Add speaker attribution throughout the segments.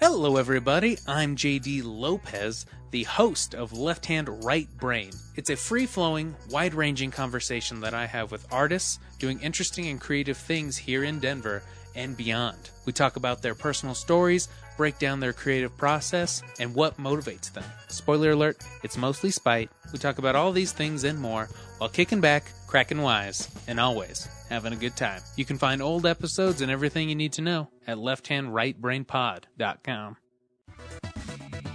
Speaker 1: Hello, everybody. I'm JD Lopez, the host of Left Hand Right Brain. It's a free flowing, wide ranging conversation that I have with artists doing interesting and creative things here in Denver and beyond. We talk about their personal stories, break down their creative process, and what motivates them. Spoiler alert, it's mostly spite. We talk about all these things and more while kicking back, cracking wise, and always having a good time. You can find old episodes and everything you need to know at lefthandrightbrainpod.com.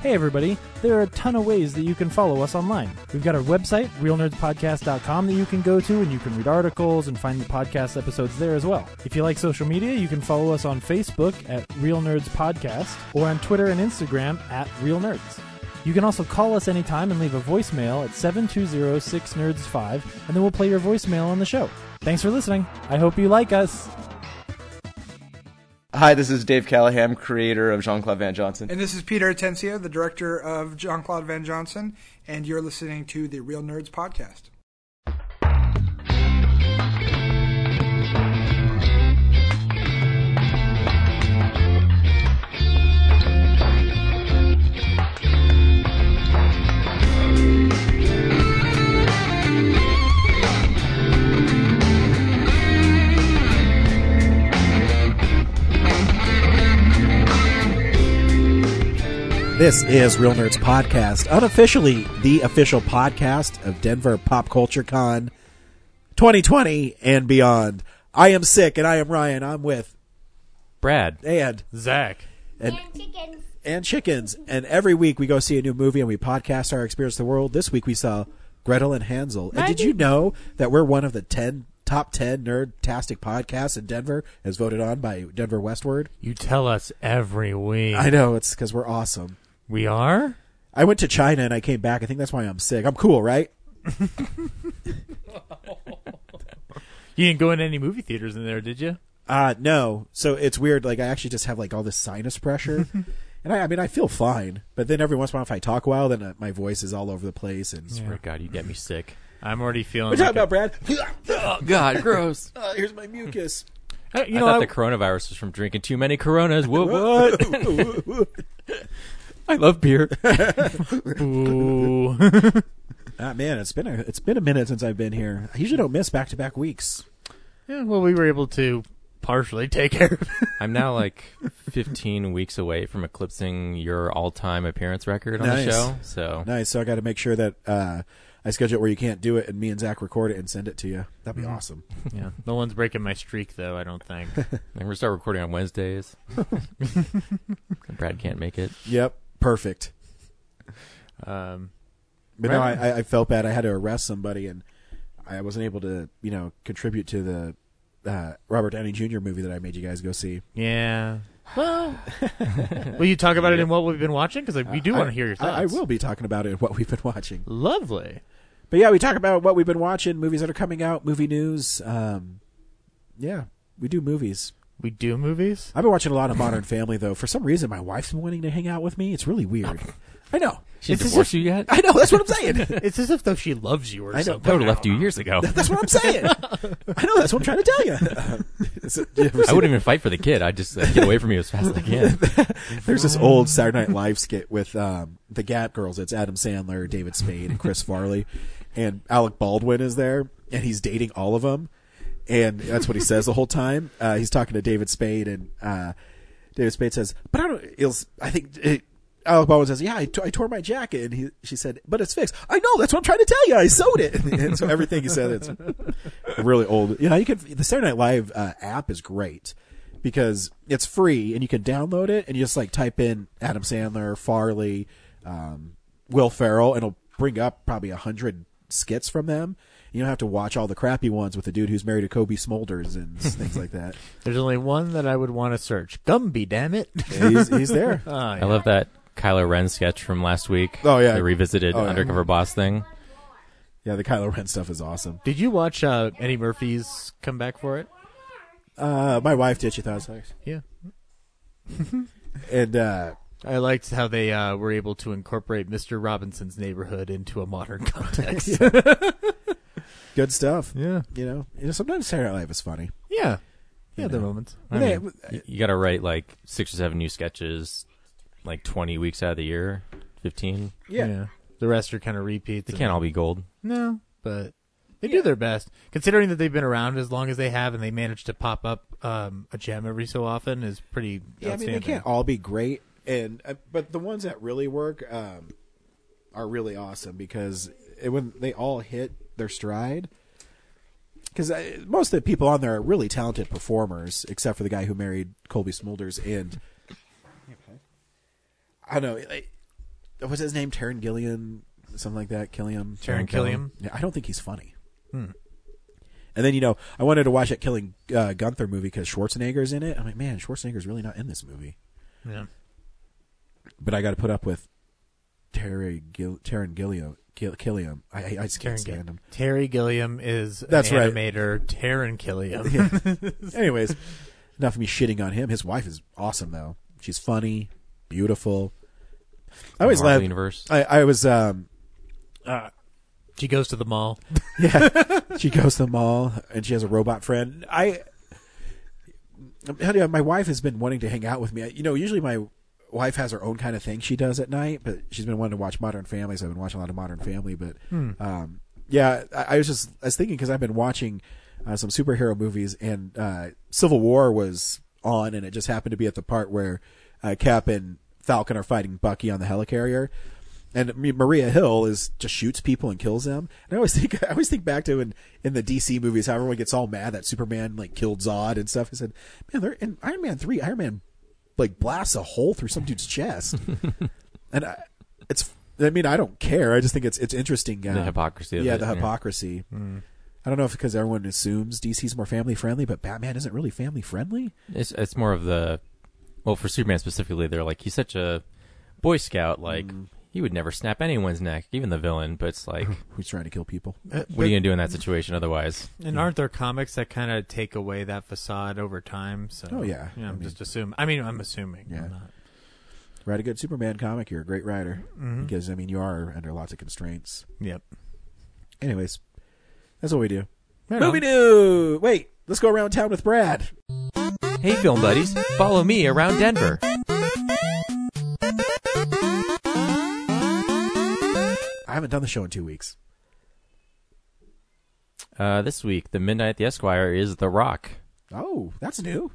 Speaker 2: Hey everybody, there are a ton of ways that you can follow us online. We've got our website, realnerdspodcast.com, that you can go to and you can read articles and find the podcast episodes there as well. If you like social media, you can follow us on Facebook at Real Nerds Podcast or on Twitter and Instagram at Real Nerds. You can also call us anytime and leave a voicemail at 720-6nerds5 and then we'll play your voicemail on the show. Thanks for listening. I hope you like us.
Speaker 3: Hi, this is Dave Callahan, creator of Jean Claude Van Johnson.
Speaker 4: And this is Peter Atencio, the director of Jean Claude Van Johnson, and you're listening to the Real Nerds Podcast.
Speaker 5: This is Real Nerds Podcast, unofficially the official podcast of Denver Pop Culture Con 2020 and beyond. I am sick, and I am Ryan. I'm with
Speaker 6: Brad.
Speaker 5: and
Speaker 2: Zach.
Speaker 5: and
Speaker 7: and chickens.
Speaker 5: and chickens. And every week we go see a new movie and we podcast our experience of the world. This week we saw Gretel and Hansel. And did you know that we're one of the ten top ten nerd tastic podcasts in Denver, as voted on by Denver Westward?
Speaker 6: You tell us every week.
Speaker 5: I know it's because we're awesome.
Speaker 6: we are?
Speaker 5: I went to China and I came back. I think that's why I'm sick. I'm cool, right?
Speaker 6: You didn't go into any movie theaters in there, did you?
Speaker 5: Uh no. So it's weird. Like I actually just have like all this sinus pressure, and I, I mean I feel fine. But then every once in a while, if I talk a while, then uh, my voice is all over the place. And
Speaker 6: Swear
Speaker 8: Oh,
Speaker 6: to God, you get me sick. I'm already feeling.
Speaker 5: we're talking
Speaker 6: like
Speaker 5: about Brad.
Speaker 6: a- God, gross.
Speaker 5: Uh, here's my mucus.
Speaker 6: Uh, you
Speaker 8: I
Speaker 6: know,
Speaker 8: thought
Speaker 6: I,
Speaker 8: the coronavirus was from drinking too many Coronas. What? what? I love beer.
Speaker 6: Ooh.
Speaker 5: ah man, it's been a it's been a minute since I've been here. I usually don't miss back to back weeks.
Speaker 6: yeah, well, we were able to partially take care of it.
Speaker 8: I'm now like 15 weeks away from eclipsing your all-time appearance record on
Speaker 5: Nice.
Speaker 8: the show. So
Speaker 5: Nice. So I got to make sure that uh, I schedule it where you can't do it, and me and Zach record it and send it to you. That'd be awesome.
Speaker 6: Yeah, no one's breaking my streak though. I don't think.
Speaker 8: I'm gonna start recording on Wednesdays. Brad can't make it.
Speaker 5: Yep. Perfect.
Speaker 6: Um,
Speaker 5: But
Speaker 6: Right.
Speaker 5: no, I- I, I felt bad. I had to arrest somebody, and I wasn't able to, you know, contribute to the uh, Robert Downey Jr. movie that I made you guys go see.
Speaker 6: yeah. Well, will you talk about it in what we've been watching? Because like, we do
Speaker 5: I-
Speaker 6: want to hear your thoughts.
Speaker 5: I, I will be talking about it and what we've been watching.
Speaker 6: Lovely.
Speaker 5: But yeah, we talk about what we've been watching, movies that are coming out, movie news. Um, yeah, we do movies.
Speaker 6: We do movies.
Speaker 5: I've been watching a lot of Modern Family though. For some reason, my wife's been wanting to hang out with me. It's really weird. I know.
Speaker 8: She
Speaker 6: It's as
Speaker 8: divorced you yet?
Speaker 5: I know. That's what I'm saying.
Speaker 6: It's as if though she loves you or
Speaker 5: I know.
Speaker 6: something.
Speaker 8: I would have left you years ago.
Speaker 5: That's what I'm saying. I know. That's what I'm trying to tell you. Is it- you ever
Speaker 8: I
Speaker 5: seen
Speaker 8: wouldn't even fight for the kid. I'd just I'd get away from you as fast as I can.
Speaker 5: There's this old Saturday Night Live skit with um, the Gap Girls. It's Adam Sandler, David Spade, and Chris Farley, and Alec Baldwin is there, and he's dating all of them, and that's what he says the whole time. Uh, he's talking to David Spade, and uh, David Spade says, "But I don't." He'll, I think it, Alec Baldwin says, "Yeah, I t- I tore my jacket," and he, she said, "But it's fixed." I know. That's what I'm trying to tell you. I sewed it, and so everything he said it's really old. You know, you could the Saturday Night Live uh, app is great because it's free and you can download it and you just like type in Adam Sandler, Farley, um, Will Ferrell, and it'll bring up probably a hundred skits from them. You don't have to watch all the crappy ones with the dude who's married to Kobe Smolders and things like that.
Speaker 6: There's only one that I would want to search. Gumby, damn it.
Speaker 5: Yeah, he's, he's there.
Speaker 6: Ah, yeah.
Speaker 8: I love that Kylo Ren sketch from last week.
Speaker 5: Oh, yeah.
Speaker 8: the revisited
Speaker 5: Oh, yeah.
Speaker 8: undercover boss thing.
Speaker 5: Yeah, the Kylo Ren stuff is awesome.
Speaker 6: Did you watch uh, Eddie Murphy's comeback for it?
Speaker 5: Uh, my wife did. She thought it was nice.
Speaker 6: Yeah.
Speaker 5: And uh,
Speaker 6: I liked how they uh, were able to incorporate Mr. Robinson's neighborhood into a modern context.
Speaker 5: good stuff.
Speaker 6: yeah.
Speaker 5: You know, you know, sometimes Saturday Night Live is funny.
Speaker 6: Yeah. Yeah, the moments.
Speaker 8: I
Speaker 5: They-
Speaker 8: mean, you got to write like six or seven new sketches like 20 weeks out of the year, 15.
Speaker 5: Yeah.
Speaker 6: The rest are kind of repeats.
Speaker 8: They
Speaker 6: and-
Speaker 8: can't all be gold.
Speaker 6: No, but they do their best. Considering that they've been around as long as they have, and they manage to pop up um, a gem every so often, is pretty
Speaker 5: Yeah, I mean
Speaker 6: outstanding.
Speaker 5: they can't all be great, and uh, but the ones that really work um, are really awesome because it, when they all hit their stride. Because most of the people on there are really talented performers, except for the guy who married Colby Smulders and I don't know like, what's his name, Taron Gilliam, something like that, Killiam.
Speaker 6: Taron Killiam. Hmm.
Speaker 5: Yeah, I don't think he's funny. And then you know, I wanted to watch that Killing uh, Gunther movie because Schwarzenegger's in it. I'm like, man, Schwarzenegger's really not in this movie
Speaker 6: Yeah.
Speaker 5: but I got to put up with Terry Gil- Taron Gilliam. Gil- Killiam. I, I, I just can't
Speaker 6: Taron Gill-
Speaker 5: stand him.
Speaker 6: Terry Gilliam is
Speaker 5: That's
Speaker 6: an
Speaker 5: right.
Speaker 6: animator. Taron Gilliam.
Speaker 5: Anyways, enough of me shitting on him. His wife is awesome though. She's funny, beautiful. I always
Speaker 8: Marvel
Speaker 5: laugh.
Speaker 8: Universe.
Speaker 5: I, I was. Um,
Speaker 6: She goes to the mall.
Speaker 5: she goes to the mall and she has a robot friend. I. How do you- my wife has been wanting to hang out with me. You know, usually my wife has her own kind of thing she does at night, but she's been wanting to watch Modern Family, so I've been watching a lot of Modern Family. But um, yeah, I, I was just I was thinking because I've been watching uh, some superhero movies, and uh, Civil War was on, and it just happened to be at the part where uh, Cap and Falcon are fighting Bucky on the helicarrier. And M- Maria Hill is just shoots people and kills them. And I always think I always think back to in, in the DC movies how everyone gets all mad that Superman like killed Zod and stuff. I said, man, they're in Iron Man three. Iron Man like blasts a hole through some dude's chest, and I, it's. I mean, I don't care. I just think it's it's interesting. uh,
Speaker 8: The hypocrisy of
Speaker 5: yeah,
Speaker 8: it,
Speaker 5: the
Speaker 8: yeah.
Speaker 5: hypocrisy. I don't know if because everyone assumes DC's more family friendly, but Batman isn't really family friendly.
Speaker 8: It's, it's more of the, well, for Superman specifically, they're like, he's such a Boy Scout. Like,
Speaker 5: Mm.
Speaker 8: he would never snap anyone's neck, even the villain. But it's like,
Speaker 5: Who's trying to kill people?
Speaker 8: what are you going to do in that situation otherwise?
Speaker 6: Uh, And aren't there comics that kind of take away that facade over time? So
Speaker 5: Oh, yeah.
Speaker 6: you
Speaker 5: I
Speaker 6: know, I'm
Speaker 5: mean-
Speaker 6: just assuming. I mean, I'm assuming.
Speaker 5: Yeah.
Speaker 6: I'm not.
Speaker 5: Write a good Superman comic. You're a great writer because I mean you are under lots of constraints.
Speaker 6: Yep.
Speaker 5: Anyways, that's what we do.
Speaker 6: Right
Speaker 5: Movie
Speaker 6: on.
Speaker 5: news. Wait, let's go around town with Brad.
Speaker 8: Hey, film buddies, follow me around Denver.
Speaker 5: I haven't done the show in two weeks.
Speaker 8: Uh, this week, The Midnight at the Esquire is The Rock.
Speaker 5: Oh, that's new.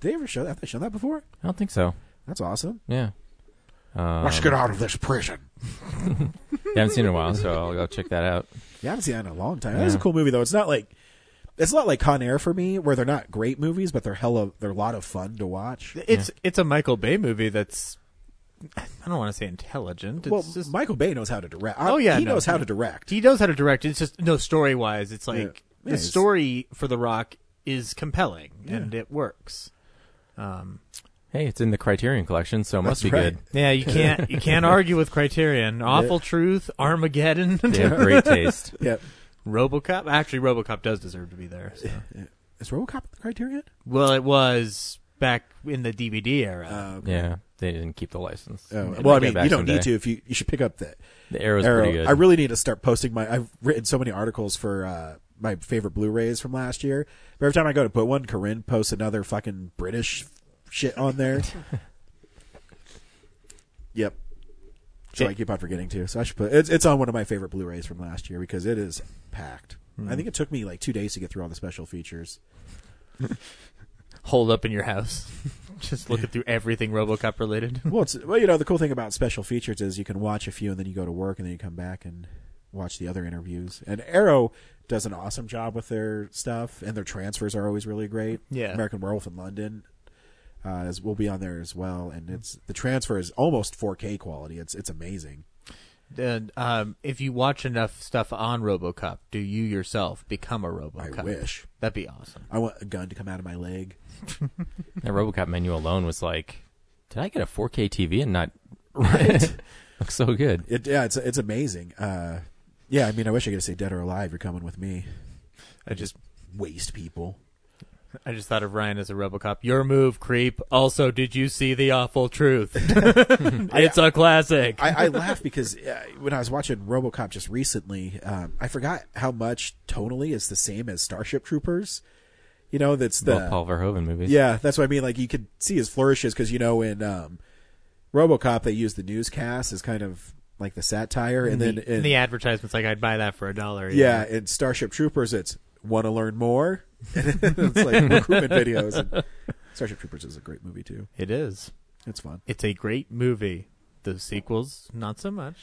Speaker 5: Did they ever show that? Have they shown that before?
Speaker 8: I don't think so.
Speaker 5: That's awesome.
Speaker 8: Yeah. Um,
Speaker 5: Let's get out of this prison.
Speaker 8: yeah, I haven't seen it in a while, so I'll go check that out.
Speaker 5: Yeah, I haven't seen that in a long time. That is a cool movie though. It's not like it's not like Con Air for me, where they're not great movies, but they're hella they're a lot of fun to watch.
Speaker 6: It's it's a Michael Bay movie that's. I don't want to say intelligent. It's
Speaker 5: well,
Speaker 6: just
Speaker 5: Michael Bay knows how to direct.
Speaker 6: Oh, yeah,
Speaker 5: he
Speaker 6: no,
Speaker 5: knows how
Speaker 6: he-
Speaker 5: to direct.
Speaker 6: He knows how to direct. It's just no story wise. It's like
Speaker 5: Yeah. Yeah,
Speaker 6: the
Speaker 5: it's-
Speaker 6: story for The Rock is compelling and it works.
Speaker 8: Hey, it's in the Criterion collection, so it must
Speaker 5: That's
Speaker 8: be
Speaker 5: right.
Speaker 8: good.
Speaker 6: Yeah, you can't you can't argue with Criterion. Awful Truth, Armageddon,
Speaker 8: They have great taste.
Speaker 5: yeah,
Speaker 6: RoboCop. Actually, RoboCop does deserve to be there. so.
Speaker 5: is RoboCop the Criterion?
Speaker 6: Well, it was back in the DVD era.
Speaker 5: Uh,
Speaker 8: Yeah, they didn't keep the license.
Speaker 5: Oh,
Speaker 8: They
Speaker 5: well,
Speaker 8: might
Speaker 5: I
Speaker 8: get
Speaker 5: mean,
Speaker 8: back
Speaker 5: you don't
Speaker 8: someday.
Speaker 5: need to if you you should pick up the
Speaker 8: The arrow's pretty good.
Speaker 5: I really need to start posting my. I've written so many articles for uh, my favorite Blu-rays from last year. But every time I go to put one, Corinne posts another fucking British shit on there. yep. So I keep on forgetting to. So I should put it's it's on one of my favorite Blu-rays from last year because it is packed.
Speaker 6: Hmm.
Speaker 5: I think it took me like two days to get through all the special features.
Speaker 6: Hold up in your house, just looking through everything RoboCop related.
Speaker 5: Well, it's well, you know, the cool thing about special features is you can watch a few and then you go to work and then you come back and watch the other interviews. And Arrow does an awesome job with their stuff, and their transfers are always really great.
Speaker 6: Yeah.
Speaker 5: American Werewolf in London uh, is, will be on there as well, and it's the transfer is almost 4K quality. It's it's amazing.
Speaker 6: And, um, if you watch enough stuff on RoboCop, do you yourself become a RoboCop?
Speaker 5: wish.
Speaker 6: that'd be awesome.
Speaker 5: I want a gun to come out of my leg.
Speaker 8: That RoboCop menu alone was like, did I get a 4K TV and not? Looks so good.
Speaker 5: It yeah, it's it's amazing. Uh, yeah, I mean, I wish I could say dead or alive. You're coming with me.
Speaker 6: I just
Speaker 5: Waste people.
Speaker 6: I just thought of Ryan as a RoboCop. Your move, creep. Also, did you see the awful truth? it's a classic.
Speaker 5: I, I laugh because uh, when I was watching RoboCop just recently, um, I forgot how much tonally is the same as Starship Troopers. You know, that's the
Speaker 8: Both Paul Verhoeven movies.
Speaker 5: yeah. That's what I mean. Like you could see his flourishes because you know in um, RoboCop, they use the newscast as kind of like the satire, and then
Speaker 6: in the advertisements, like I'd buy that for a dollar.
Speaker 5: yeah, in Starship Troopers, it's want to learn more. it's like recruitment videos. And Starship Troopers is a great movie too.
Speaker 6: it is.
Speaker 5: It's fun.
Speaker 6: It's a great movie. The sequels, not so much.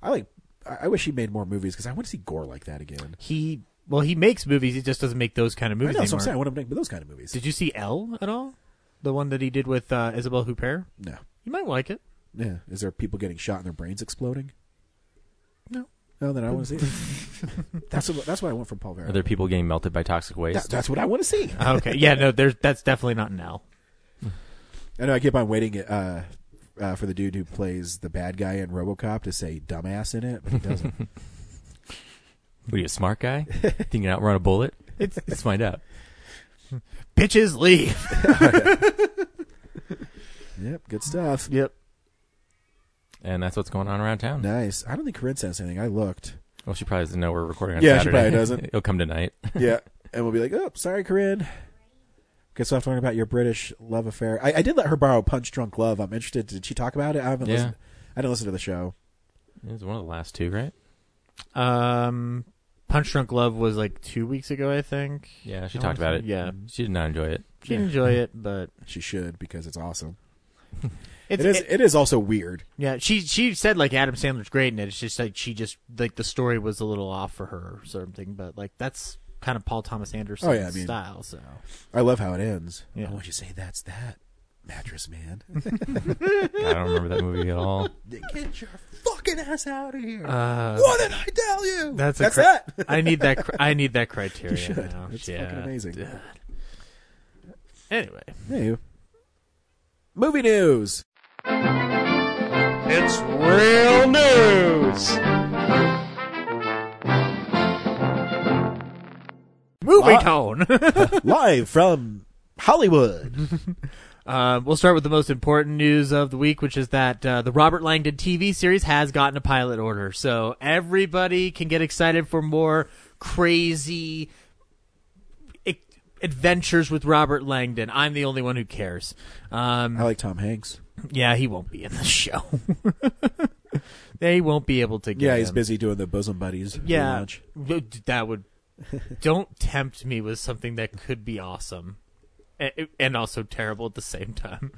Speaker 5: I like. I I wish he made more movies because I want to see gore like that again.
Speaker 6: He well, he makes movies. He just doesn't make those kind
Speaker 5: I
Speaker 6: of
Speaker 5: know,
Speaker 6: movies
Speaker 5: that's what I'm
Speaker 6: anymore.
Speaker 5: saying. I want him to make those kind of movies.
Speaker 6: Did you see L at all? The one that he did with uh, Isabelle Huppert.
Speaker 5: no.
Speaker 6: You might like it.
Speaker 5: Yeah. Is there people getting shot and their brains exploding?
Speaker 6: No.
Speaker 5: No, then I want to see it. that's what, that's what I want from Paul Vera.
Speaker 8: Are there people getting melted by toxic waste?
Speaker 5: That- that's what I want to see.
Speaker 6: Ah, Okay. Yeah. No. There's that's definitely not an L.
Speaker 5: I know I keep on waiting uh, uh, for the dude who plays the bad guy in RoboCop to say dumbass in it, but he doesn't.
Speaker 8: What are you, a smart guy? Think you can outrun a bullet?
Speaker 6: It's
Speaker 8: Let's find out.
Speaker 6: bitches leave.
Speaker 5: yep, good stuff.
Speaker 6: Yep.
Speaker 8: And that's what's going on around town.
Speaker 5: Nice. I don't think Corinne says anything. I looked.
Speaker 8: Well, she probably doesn't know we're recording on
Speaker 5: Yeah, she
Speaker 8: Saturday.
Speaker 5: probably doesn't.
Speaker 8: It'll come tonight.
Speaker 5: Yeah. And we'll be like, oh, sorry, Corinne. Guess we'll have to learn about your British love affair. I, I did let her borrow Punch Drunk Love. I'm interested. Did she talk about it? I haven't
Speaker 8: Yeah.
Speaker 5: listened. I didn't listen to the show.
Speaker 8: It was one of the last two, right?
Speaker 6: Um, Punch Drunk Love was like two weeks ago, I think.
Speaker 8: Yeah, she
Speaker 6: I
Speaker 8: talked about it.
Speaker 6: wanna say-
Speaker 9: Mm-hmm.
Speaker 6: yeah.
Speaker 8: She did not enjoy it.
Speaker 6: She enjoy it, but
Speaker 5: She should because it's awesome.
Speaker 6: it's,
Speaker 5: it is.
Speaker 6: it-
Speaker 5: it is also weird.
Speaker 6: yeah. She she said like Adam Sandler's great in it. It's just like she just like the story was a little off for her or something. But like that's kind of Paul Thomas Anderson
Speaker 5: Oh, yeah, I mean-
Speaker 6: style. So
Speaker 5: I love how it ends.
Speaker 6: Yeah.
Speaker 5: I want you to say that's that mattress man.
Speaker 8: God, I don't remember that movie at all.
Speaker 5: Get your fucking ass out of here.
Speaker 6: uh,
Speaker 5: what did I tell you?
Speaker 6: that's a
Speaker 5: that's
Speaker 6: cri-
Speaker 5: that.
Speaker 6: I need that. cri- I need that criteria.
Speaker 5: You should.
Speaker 6: Now.
Speaker 5: It's
Speaker 6: Yeah.
Speaker 5: fucking amazing.
Speaker 6: Anyway,
Speaker 5: Hey. Movie news.
Speaker 7: It's real news.
Speaker 6: movie
Speaker 5: Wow.
Speaker 6: tone.
Speaker 5: Live from Hollywood.
Speaker 6: Uh, we'll start with the most important news of the week, which is that uh, the Robert Langdon TV series has gotten a pilot order. So everybody can get excited for more crazy i- adventures with Robert Langdon. I'm the only one who cares.
Speaker 5: I
Speaker 6: Um,
Speaker 5: like Tom Hanks.
Speaker 6: yeah, he won't be in the show. they won't be able to get
Speaker 5: Yeah, he's
Speaker 6: him.
Speaker 5: busy doing the bosom buddies.
Speaker 6: Yeah,
Speaker 5: relaunch.
Speaker 6: w- that would. don't tempt me with something that could be awesome, a- and also terrible at the same time.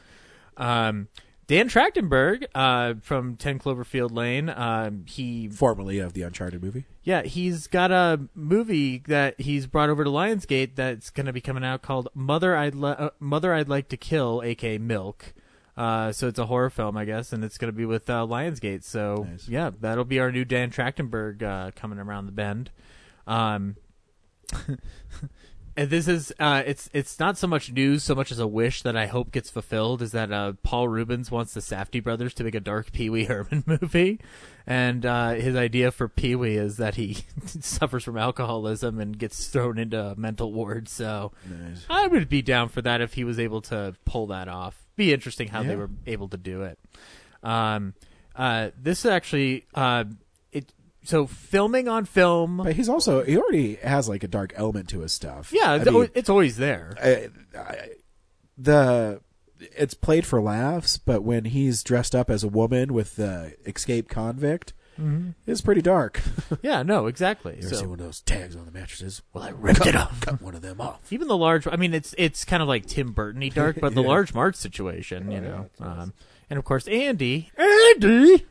Speaker 6: Um, Dan Trachtenberg uh, from Ten Cloverfield Lane. Um, he
Speaker 5: Formerly of the Uncharted movie.
Speaker 6: yeah, he's got a movie that he's brought over to Lionsgate that's going to be coming out called Mother I'd Li- uh, Mother I'd Like to Kill, aka Milk. Uh, so it's a horror film, I guess, and it's going to be with uh, Lionsgate. So
Speaker 5: Nice.
Speaker 6: yeah, that'll be our new Dan Trachtenberg uh, coming around the bend. Um, and this is uh, it's it's not so much news, so much as a wish that I hope gets fulfilled. Is that uh, Paul Rubens wants the Safdie brothers to make a dark Pee Wee Herman movie, and uh, his idea for Pee Wee is that he suffers from alcoholism and gets thrown into a mental ward. So
Speaker 5: Nice.
Speaker 6: I would be down for that if he was able to pull that off. Be interesting how
Speaker 5: Yeah.
Speaker 6: they were able to do it. Um, uh, this is actually uh, it. So filming on film.
Speaker 5: But he's also he already has like a dark element to his stuff.
Speaker 6: Yeah,
Speaker 5: I
Speaker 6: it's,
Speaker 5: mean,
Speaker 6: always, it's always there.
Speaker 5: I, I, the it's played for laughs, but when he's dressed up as a woman with the escaped convict,
Speaker 6: Mm-hmm.
Speaker 5: it's pretty dark.
Speaker 6: Yeah, no, exactly.
Speaker 5: You ever see
Speaker 6: So
Speaker 5: one of those tags on the mattresses?
Speaker 6: well, I ripped it off.
Speaker 5: Cut one of them off.
Speaker 6: Even the large, I mean, it's it's kind of like Tim Burtony dark, but the large March situation,
Speaker 5: Oh,
Speaker 6: you know, um, and of course Andy, Andy.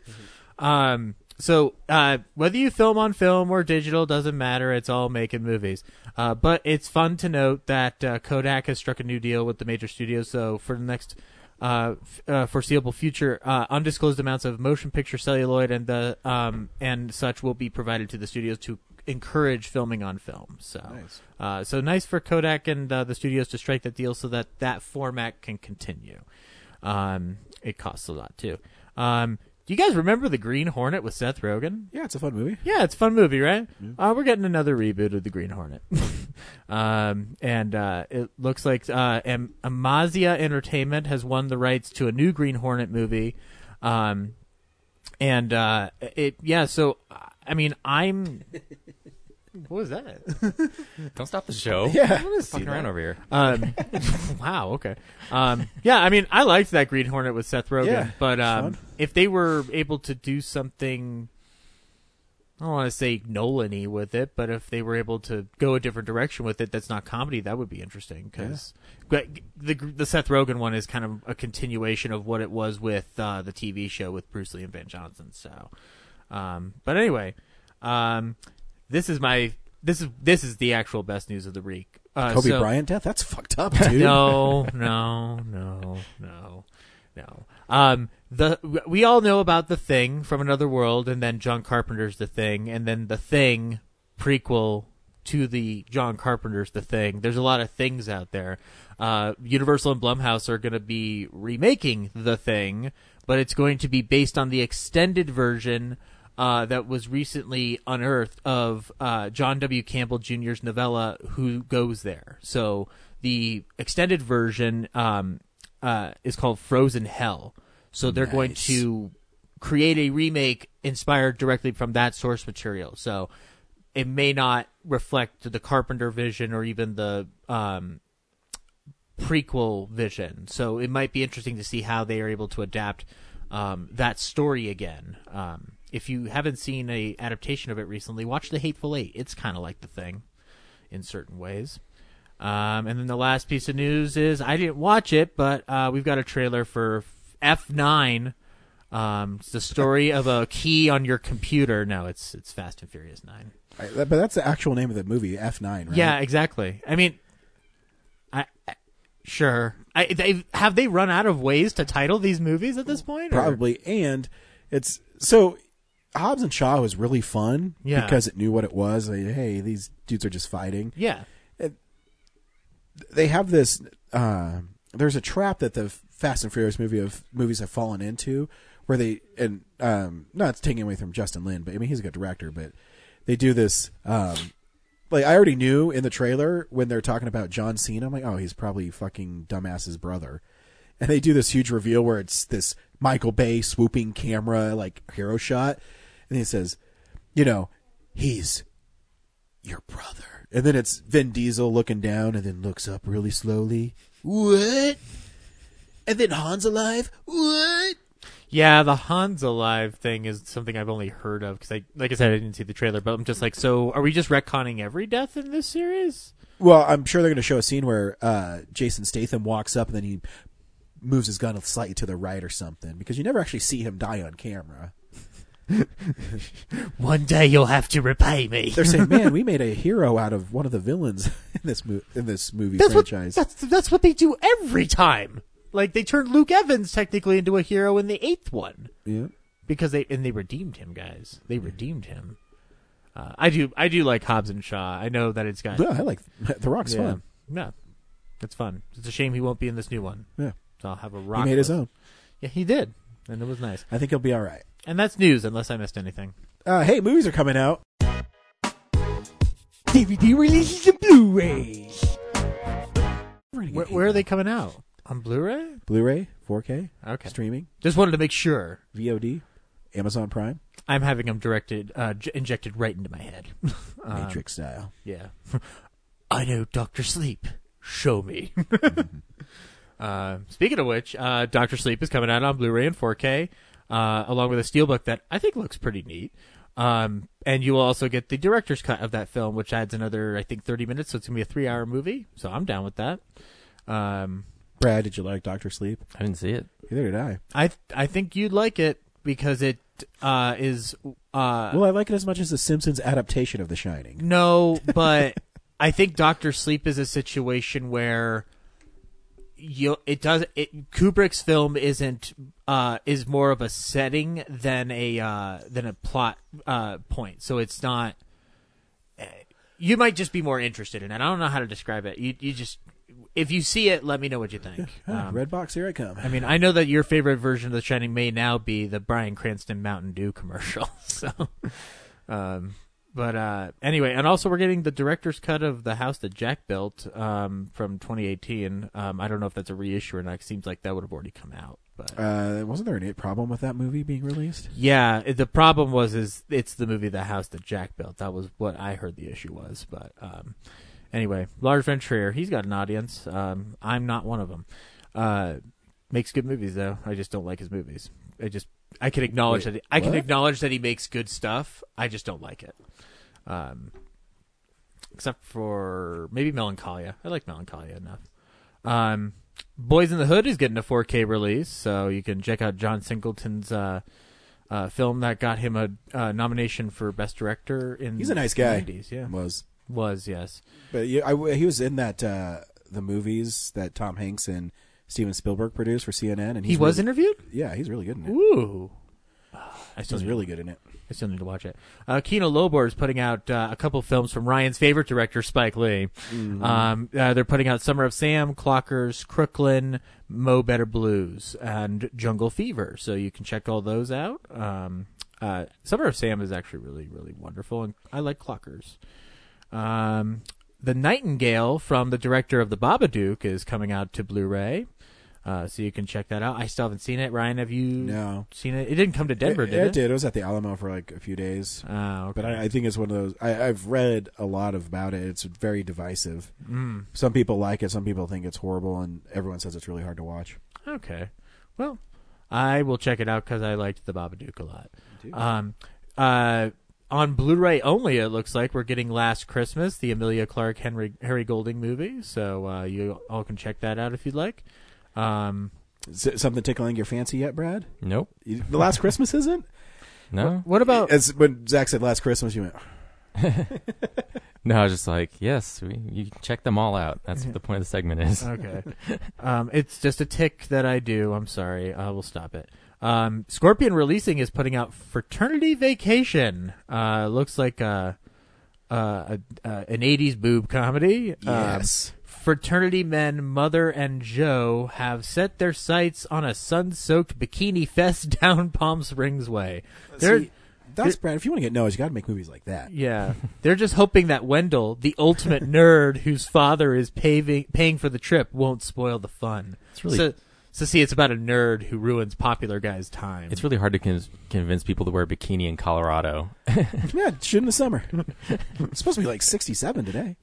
Speaker 6: Um, so uh, whether you film on film or digital doesn't matter. It's all making movies. Uh, but it's fun to note that uh, Kodak has struck a new deal with the major studios. So for the next uh, f- uh, foreseeable future, uh, undisclosed amounts of motion picture celluloid and the um, and such will be provided to the studios to encourage filming on film. So, uh, so nice for Kodak and uh, the studios to strike that deal so that that format can continue. Um, it costs a lot too. Um, do you guys remember the Green Hornet with Seth Rogen?
Speaker 5: Yeah, it's a fun movie.
Speaker 6: Yeah, it's a fun movie, right? Uh, we're getting another reboot of the Green Hornet, um, and uh, it looks like uh, Am- Amazia Entertainment has won the rights to a new Green Hornet movie, um, and uh, it yeah. So I mean, I'm What was that?
Speaker 8: Don't stop the show.
Speaker 5: Yeah.
Speaker 8: fucking around over here.
Speaker 6: Um, wow. Okay. Um, yeah. I mean, I liked that Green Hornet with Seth Rogen,
Speaker 5: Yeah,
Speaker 6: but um,
Speaker 5: fun.
Speaker 6: if they were able to do something, I don't want to say Nolan-y with it, but if they were able to go a different direction with it, that's not comedy. That would be interesting because the the Seth Rogen one is kind of a continuation of what it was with uh, the TV show with Bruce Lee and Van Johnson. So, um, but anyway, um, this is my this is this is the actual best news of the week. Uh,
Speaker 5: Kobe
Speaker 6: so-
Speaker 5: Bryant death? That's fucked up, dude.
Speaker 6: no, no, no, no, no. Um, the we all know about the thing from another world, and then John Carpenter's the thing, and then the thing prequel to the John Carpenter's the thing. There's a lot of things out there. Uh, Universal and Blumhouse are going to be remaking the thing, but it's going to be based on the extended version. Uh, that was recently unearthed of uh, John W. Campbell Jr.'s novella "Who Goes There." So the extended version um, uh, is called Frozen Hell. So they're going to create a remake inspired directly from that source material. So it may not reflect the Carpenter vision or even the um, prequel vision. So it might be interesting to see how they are able to adapt um, that story again. Um, if you haven't seen a adaptation of it recently, watch The Hateful Eight. It's kind of like the thing in certain ways. Um, and then the last piece of news is I didn't watch it, but uh, we've got a trailer for F9. Um, it's the story of a key on your computer. No, it's it's Fast and Furious Nine.
Speaker 5: I- that- but that's the actual name of the movie, F9, right?
Speaker 6: Yeah, exactly. I mean, I, I sure. I they have they run out of ways to title these movies at this point. or-
Speaker 5: Probably. And it's so Hobbs and Shaw was really fun
Speaker 6: Yeah.
Speaker 5: because it knew what it was. Like, hey, these dudes are just fighting.
Speaker 6: Yeah.
Speaker 5: They have this uh, there's a trap that the Fast and Furious movie of movies have fallen into where they and um not taking away from Justin Lin, but I mean he's a good director, but they do this um like I already knew in the trailer when they're talking about John Cena, I'm like, oh, he's probably fucking dumbass's brother. And they do this huge reveal where it's this Michael Bay swooping camera like hero shot, and he says, you know, he's your brother. And then it's Vin Diesel looking down, and then looks up really slowly. What? And then Han's alive. What?
Speaker 6: Yeah, the Hans alive thing is something I've only heard of because I, like I said, I didn't see the trailer, but I'm just like, so are we just retconning every death in this series?
Speaker 5: Well, I'm sure they're going to show a scene where uh, Jason Statham walks up and then he moves his gun slightly to the right or something because you never actually see him die on camera.
Speaker 6: One day you'll have to repay me.
Speaker 5: They're saying, "Man, we made a hero out of one of the villains in this mo- in this movie
Speaker 6: That's what
Speaker 5: franchise."
Speaker 6: that's that's what they do every time. Like they turned Luke Evans technically into a hero in the eighth one.
Speaker 5: yeah.
Speaker 6: because they and they redeemed him, guys.
Speaker 5: Mm-hmm.
Speaker 6: They redeemed him. Uh, I do, I do like Hobbs and Shaw. I know that it's got
Speaker 5: yeah, I like The Rock's
Speaker 6: yeah,
Speaker 5: fun.
Speaker 6: yeah, it's fun. It's a shame he won't be in this new one.
Speaker 5: Yeah,
Speaker 6: So I'll have a
Speaker 5: he
Speaker 6: rock.
Speaker 5: made his
Speaker 6: list.
Speaker 5: own.
Speaker 6: Yeah, he did, and it was nice.
Speaker 5: I think he'll be all right.
Speaker 6: And that's news, unless I missed anything.
Speaker 5: Uh, hey, movies are coming out.
Speaker 6: DVD releases and Blu-rays. Where, where are they coming out? On Blu-ray?
Speaker 5: Blu-ray, 4K,
Speaker 6: Okay.
Speaker 5: streaming,
Speaker 6: Just wanted to make sure
Speaker 5: VOD, Amazon Prime,
Speaker 6: I'm having them directed, uh, j- injected right into my head. Um,
Speaker 5: Matrix style.
Speaker 6: Yeah. I know Dr. Sleep. Show me. uh, speaking of which, uh, Dr. Sleep is coming out on Blu ray and 4K, uh, along with a steelbook that I think looks pretty neat. Um, and you will also get the director's cut of that film, which adds another, I think, 30 minutes. So it's going to be a three hour movie. So I'm down with that. Um,
Speaker 5: Brad, did you like Doctor Sleep?
Speaker 8: I didn't see it.
Speaker 5: Neither did I.
Speaker 6: I, I think you'd like it because it uh, is. Uh,
Speaker 5: Well, I like it as much as the Simpsons adaptation of The Shining.
Speaker 6: No, but I think Doctor Sleep is a situation where you it does it Kubrick's film isn't uh is more of a setting than a uh than a plot uh point. So it's not eh, you might just be more interested in it. I don't know how to describe it. You you just if you see it, let me know what you think.
Speaker 5: Ah,
Speaker 6: Um,
Speaker 5: Red box, here I come.
Speaker 6: I mean, I know that your favorite version of The Shining may now be the Brian Cranston Mountain Dew commercial. So, um, but uh, anyway, and also we're getting the director's cut of the house that Jack built um, from 2018. Um, I don't know if that's a reissue or not. It seems like that would have already come out. But
Speaker 5: Uh, wasn't there any problem with that movie being released?
Speaker 6: yeah, it- the problem was is it's the movie The House That Jack Built. That was what I heard the issue was. But um, anyway, Lars von Trier, he's got an audience. Um, I'm not one of them. Uh, makes good movies though. I just don't like his movies. I just I can acknowledge that he, I can acknowledge that he makes good stuff. I just don't like it. Um, except for maybe Melancholia. I like Melancholia enough. Um, Boys in the Hood is getting a 4K release, so you can check out John Singleton's uh, uh, film that got him a uh, nomination for Best Director in
Speaker 5: He's a nice guy.
Speaker 6: the 90s, yeah.
Speaker 5: Was
Speaker 6: Was, yes.
Speaker 5: but yeah, I w he was in that uh, the movies that Tom Hanks and Steven Spielberg produced for CNN, and
Speaker 6: He was
Speaker 5: really,
Speaker 6: interviewed?
Speaker 5: Yeah, he's really good in it.
Speaker 6: Ooh. I still
Speaker 5: He's
Speaker 6: need
Speaker 5: really good in it.
Speaker 6: I still need to watch it. Uh, Kino Lorber is putting out uh, a couple films from Ryan's favorite director, Spike Lee.
Speaker 5: Mm-hmm.
Speaker 6: Um, uh, they're putting out Summer of Sam, Clockers, Crooklyn, Mo Better Blues, and Jungle Fever. So you can check all those out. Um, uh, Summer of Sam is actually really, really wonderful, and I like Clockers. Um, the Nightingale from the director of The Babadook is coming out to Blu-ray. Uh, so you can check that out. I still haven't seen it. Ryan, have you
Speaker 5: No.
Speaker 6: seen it? It didn't come to Mm. Denver,
Speaker 5: it,
Speaker 6: did it?
Speaker 5: did. It was at the Alamo for like a few days.
Speaker 6: Oh, okay.
Speaker 5: But I, I think it's one of those. I, I've read a lot about it. It's very divisive.
Speaker 6: Mm.
Speaker 5: Some people like it. Some people think it's horrible, and everyone says it's really hard to watch.
Speaker 6: Okay. Well, I will check it out because I liked the Babadook a lot. Um, uh, on Blu-ray only, it looks like we're getting Last Christmas, the Amelia Clark Henry Harry Golding movie. So uh, you all can check that out if you'd like. Um,
Speaker 5: S- something tickling your fancy yet, Brad?
Speaker 8: Nope.
Speaker 5: You- The Last Christmas isn't.
Speaker 8: No.
Speaker 6: what about
Speaker 5: As when Zach said Last Christmas, you went. um,
Speaker 8: No, I was just like, yes, we, you can check them all out. That's what the point of the segment is.
Speaker 6: okay. Um, it's just a tick that I do. I'm sorry. I will stop it. Um, Scorpion Releasing is putting out Fraternity Vacation. Uh, looks like a, uh, a, a an '80s boob comedy. Um,
Speaker 5: Yes.
Speaker 6: fraternity men Mother and Joe have set their sights on a sun-soaked bikini fest down Palm Springs way. They're
Speaker 5: See, that's Brad. If you want to get no's, you got to make movies like that.
Speaker 6: yeah, they're just hoping that Wendell, the ultimate nerd whose father is paving paying for the trip, won't spoil the fun.
Speaker 8: It's really-
Speaker 6: so, so see, it's about a nerd who ruins popular guys' time.
Speaker 8: It's really hard to con- convince people to wear a bikini in Colorado.
Speaker 5: Yeah, shoot in the summer. it's supposed to be like 67 today.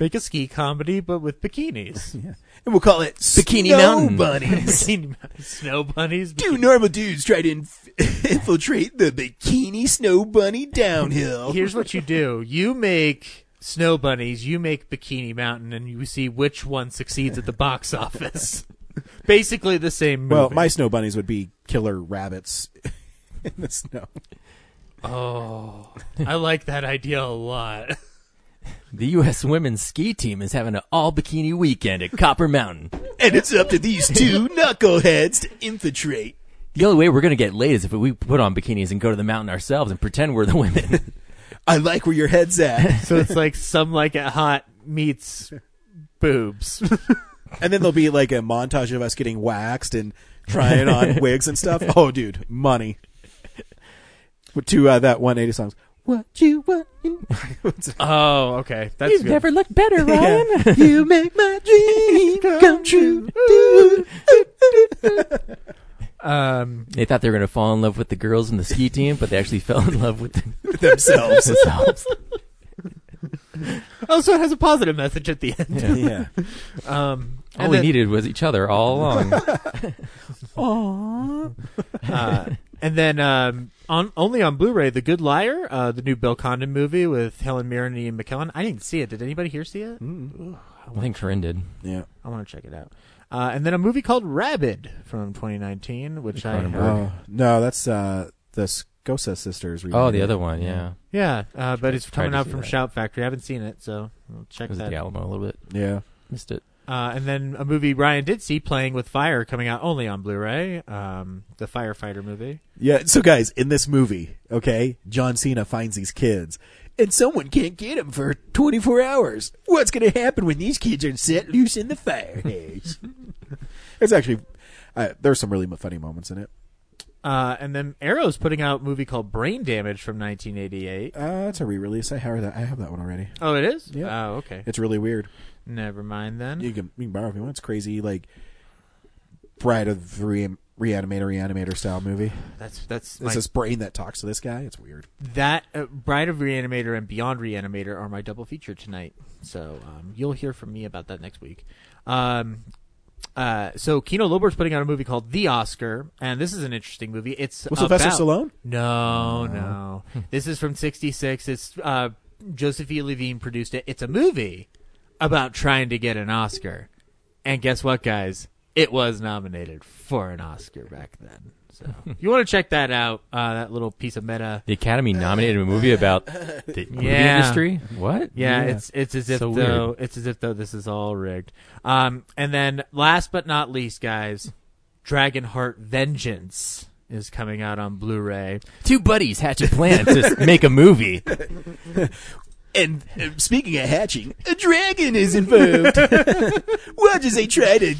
Speaker 6: make a ski comedy, but with bikinis,
Speaker 5: Yeah. And we'll call it
Speaker 8: Bikini
Speaker 5: Snow
Speaker 8: Mountain.
Speaker 5: Bunnies.
Speaker 6: Bikini- snow bunnies.
Speaker 5: Two normal dudes try to inf- infiltrate the Bikini Snow Bunny downhill.
Speaker 6: here's what you do you make snow bunnies you make bikini mountain and you see which one succeeds at the box office basically the same movie.
Speaker 5: Well, my snow bunnies would be killer rabbits in the snow.
Speaker 6: oh i like that idea a lot
Speaker 8: The U.S. women's ski team is having an all bikini weekend at Copper Mountain.
Speaker 5: And it's up to these two knuckleheads to infiltrate.
Speaker 8: The only way we're going to get laid is if we put on bikinis and go to the mountain ourselves and pretend we're the women.
Speaker 5: I like where your head's at.
Speaker 6: so it's like some like it hot meets boobs
Speaker 5: and then there'll be like a montage of us getting waxed and trying on wigs and stuff. Oh, dude, money. With two uh, that 180 songs. What you want?
Speaker 6: oh okay that's good.
Speaker 8: looked better,
Speaker 5: Yeah. you make my dream come true.
Speaker 6: um
Speaker 8: They thought they were going to fall in love with the girls in the ski team, but they actually fell in love with
Speaker 5: Themselves.
Speaker 8: themselves.
Speaker 6: oh so it has a positive message at the end
Speaker 8: Yeah.
Speaker 5: Yeah.
Speaker 6: um
Speaker 8: All
Speaker 6: and
Speaker 8: we
Speaker 6: then-
Speaker 8: needed was each other all along.
Speaker 6: uh, and then um, on only on Blu-ray, The Good Liar, uh, the new Bill Condon movie with Helen Mirren and Ian McKellen. I didn't see it. Did anybody here see it?
Speaker 8: Hmm? I think Corinne did.
Speaker 5: Yeah.
Speaker 6: I want to check it out. Uh, and then a movie called Rabid from 2019, which I
Speaker 8: Cronenberg.
Speaker 5: Oh, no, that's uh, the Scosa sisters.
Speaker 8: Oh, the other one, yeah.
Speaker 6: yeah, uh, but it's
Speaker 8: Tried to
Speaker 6: coming out
Speaker 8: see
Speaker 6: from
Speaker 8: that.
Speaker 6: Shout Factory. I haven't seen it, so I'll check
Speaker 8: It was at
Speaker 6: that.
Speaker 8: the Alamo a little bit.
Speaker 5: Yeah.
Speaker 8: Missed it.
Speaker 6: Uh, and then a movie Ryan did see, Playing with Fire, coming out only on Blu-ray. Um, the firefighter movie.
Speaker 5: Yeah. So, guys, in this movie, okay, John Cena finds these kids, and someone can't get them for 24 hours. What's going to happen when these kids are set loose in the fire haze? it's actually, uh, there's some really funny moments in it.
Speaker 6: Uh, and then Arrow's putting out a movie called Brain Damage from 1988.
Speaker 5: Uh, it's a re-release. I have that. I have that one already.
Speaker 6: Oh, it is.
Speaker 5: Yeah.
Speaker 6: Oh, okay.
Speaker 5: It's really weird.
Speaker 6: Never mind then.
Speaker 5: You can, you can borrow if you want. It's crazy, like Bride of the Re- reanimator reanimator style movie.
Speaker 6: That's that's
Speaker 5: It's
Speaker 6: my,
Speaker 5: this brain that talks to this guy. It's weird.
Speaker 6: that uh, Bride of Reanimator and Beyond Reanimator are my double feature tonight. So um, you'll hear from me about that next week. Um, uh, so Kino Lorber's putting out a movie called The Oscar, and this is an interesting movie. It's
Speaker 5: With
Speaker 6: about-
Speaker 5: Sylvester Stallone?
Speaker 6: No, no, this is from '66. It's uh, Josephine Levine produced it. It's a movie about trying to get an Oscar, and guess what, guys? It was nominated for an Oscar back then. So you want to check that out? Uh, that little piece of meta.
Speaker 9: The Academy nominated a movie about the movie
Speaker 6: Yeah.
Speaker 9: industry. What?
Speaker 6: Yeah, it's it's as if
Speaker 9: So
Speaker 6: though it's as if though this is all rigged. Um, and then last but not least, guys, Dragonheart Vengeance is coming out on Blu-ray.
Speaker 9: Two buddies hatch a plan to make a movie.
Speaker 10: And uh, speaking of hatching, a dragon is involved. Watch as they try to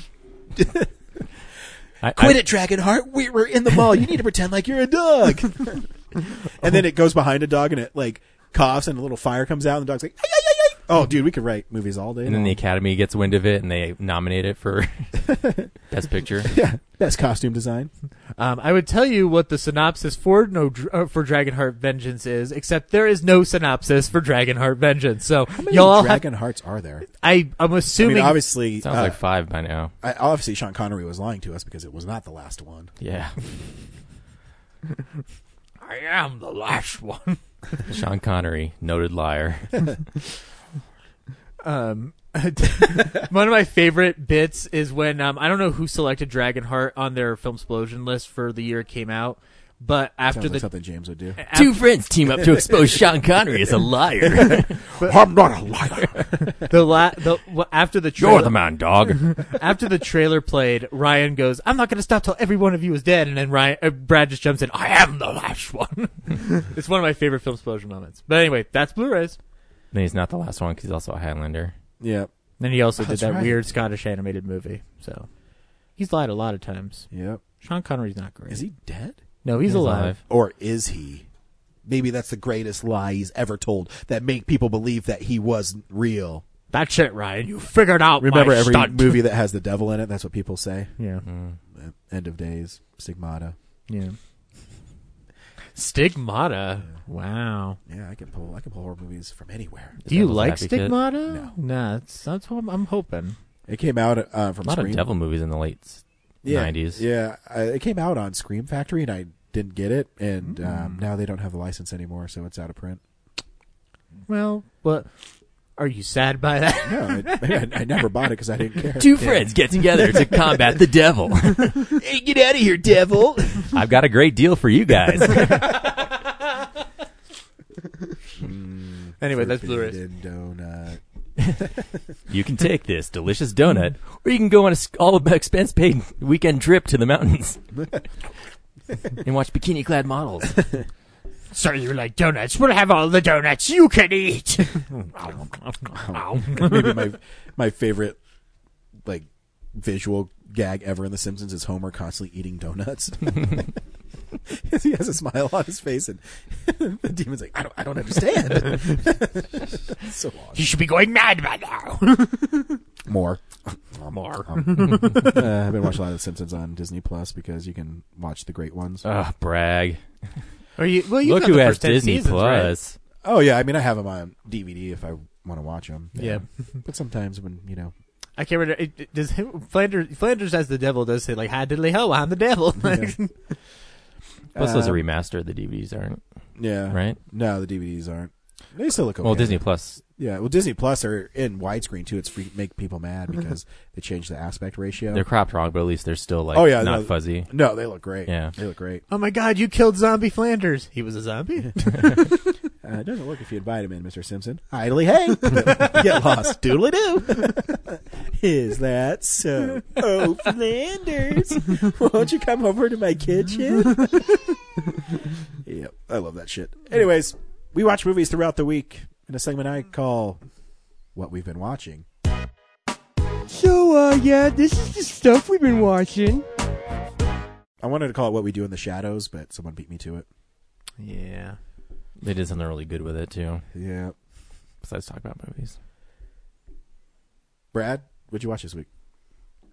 Speaker 9: I,
Speaker 10: quit
Speaker 9: I-
Speaker 10: it, Dragonheart. We were in the mall. You need to pretend like you're a dog.
Speaker 5: And then it goes behind a dog and it like coughs and a little fire comes out and the dog's like, "Ay, ay, ay, ay." oh dude, we could write movies all day.
Speaker 9: And then the
Speaker 5: long.
Speaker 9: Academy gets wind of it and they nominate it for Best Picture.
Speaker 5: yeah, best costume design.
Speaker 6: Um, I would tell you what the synopsis for no uh, for Dragonheart Vengeance is, except there is no synopsis for Dragonheart Vengeance. So y'all, all have,
Speaker 5: dragon hearts are there?
Speaker 6: I I'm
Speaker 5: I
Speaker 6: assuming
Speaker 5: mean, obviously,
Speaker 9: Sounds
Speaker 5: uh,
Speaker 9: like five by now.
Speaker 5: I, obviously Sean Connery was lying to us because it was not the last one.
Speaker 9: Yeah.
Speaker 6: I am the last one.
Speaker 9: Sean Connery, noted liar.
Speaker 6: Um, one of my favorite bits is when um, I don't know who selected Dragonheart on their film explosion list for the year it came out, but
Speaker 5: Sounds
Speaker 6: after
Speaker 5: like
Speaker 6: the
Speaker 5: something James would do.
Speaker 6: af-
Speaker 9: friends team up to expose Sean Connery as a liar.
Speaker 5: I'm not a liar.
Speaker 6: the, la- the wha- after the trailer,
Speaker 9: You're the man, dog.
Speaker 6: after the trailer played, Ryan goes, "I'm not going to stop till every one of you is dead," and then Ryan uh, Brad just jumps in, "I am the last one." it's one of my favorite film explosion moments. But anyway, that's Blu-rays.
Speaker 9: Then he's not the last one 'cause he's also a Highlander.
Speaker 5: yep,
Speaker 6: Then he also
Speaker 5: Oh,
Speaker 6: did
Speaker 5: That's
Speaker 6: that
Speaker 5: right.
Speaker 6: weird Scottish animated movie, so he's lied a lot of times.
Speaker 5: yep.
Speaker 6: Sean Connery's not great.
Speaker 5: Is he dead?
Speaker 6: No, he's, alive.
Speaker 5: Or
Speaker 10: is
Speaker 5: is
Speaker 10: he? Maybe that's the greatest lie he's ever told that make people believe that he wasn't real.
Speaker 6: That's it, Ryan. You figured out.
Speaker 5: remember
Speaker 6: my
Speaker 5: every
Speaker 6: stunt.
Speaker 5: movie Mm. that has the devil in it? That's what people say.
Speaker 6: Yeah,
Speaker 5: End of days, stigmata.
Speaker 6: yeah. Stigmata. Wow.
Speaker 5: Yeah, I can pull. I can pull horror movies from anywhere.
Speaker 6: Do you
Speaker 9: Devil's
Speaker 6: like
Speaker 9: Advocate.
Speaker 6: Stigmata? No, nah, that's that's what I'm, I'm hoping.
Speaker 5: It came out uh, from
Speaker 9: A lot
Speaker 5: Scream.
Speaker 9: of devil movies in the late s-
Speaker 5: yeah,
Speaker 9: 90s.
Speaker 5: Yeah, I, it came out on Scream Factory, and I didn't get it. And
Speaker 9: Hmm.
Speaker 5: um, now they don't have the license anymore, so it's out of print.
Speaker 6: Well, but are you sad by that?
Speaker 5: No, I, I, I never bought it because I didn't care.
Speaker 9: Two friends get together to combat the devil.
Speaker 10: Hey, get out of here, devil!
Speaker 9: I've got a great deal for you guys.
Speaker 6: anyway, that's Blu-rays.
Speaker 5: Forbidden donut.
Speaker 9: You can take this delicious donut, or you can go on a s- all expense paid weekend trip to the mountains and watch bikini clad models.
Speaker 6: So you like donuts? We'll have all the donuts you can eat.
Speaker 5: Maybe my my favorite like visual gag ever in The Simpsons is Homer constantly eating donuts. he has a smile on his face, and the demon's like, "I don't, I don't understand." so long.
Speaker 6: you should be going mad by now.
Speaker 5: More, more. uh, I've been watching a lot of The Simpsons on Disney Plus because you can watch the great ones.
Speaker 9: Ah, brag.
Speaker 6: Are you? Well, you
Speaker 9: Look
Speaker 6: got
Speaker 9: who
Speaker 6: the
Speaker 9: has
Speaker 6: first 10
Speaker 9: Disney
Speaker 6: seasons, right?
Speaker 9: Plus.
Speaker 5: oh yeah, I mean, I have them on DVD if I want to watch them.
Speaker 6: Yeah.
Speaker 5: but sometimes when you know,
Speaker 6: I can't remember. It, it- does him, Flanders Flanders as the devil does say like "Hi diddly ho, I'm the devil."
Speaker 9: Plus, those
Speaker 5: Uh,
Speaker 9: are remastered. The DVDs aren't
Speaker 6: uh,
Speaker 5: yeah,
Speaker 9: right.
Speaker 5: No, the DVDs aren't. They still look okay.
Speaker 9: Well, Disney Plus.
Speaker 5: Yeah, well, Disney Plus are in widescreen too. It's free, make people mad because they change the aspect ratio.
Speaker 9: They're cropped wrong, but at least they're still like
Speaker 5: Oh, yeah,
Speaker 9: not
Speaker 5: no.
Speaker 9: fuzzy.
Speaker 5: no, they look great.
Speaker 9: Yeah.
Speaker 5: they look great.
Speaker 6: Oh my God! You killed zombie Flanders. He was a zombie.
Speaker 5: Uh, it doesn't look if you invite him in, Mister Simpson. Idly, hey, get lost, doodly do. Is that so?
Speaker 10: oh, Flanders, won't you come over to my kitchen?
Speaker 5: Yep, I love that shit. Anyways, we watch movies throughout the week in a segment I call "What We've Been Watching."
Speaker 10: So, uh, yeah, this is the stuff we've been watching.
Speaker 5: I wanted to call it "What We Do in the Shadows," but someone beat me to it.
Speaker 6: yeah.
Speaker 9: They did something really good with it too.
Speaker 5: Yeah,
Speaker 9: Besides talk about movies.
Speaker 5: Brad, what'd you watch this week?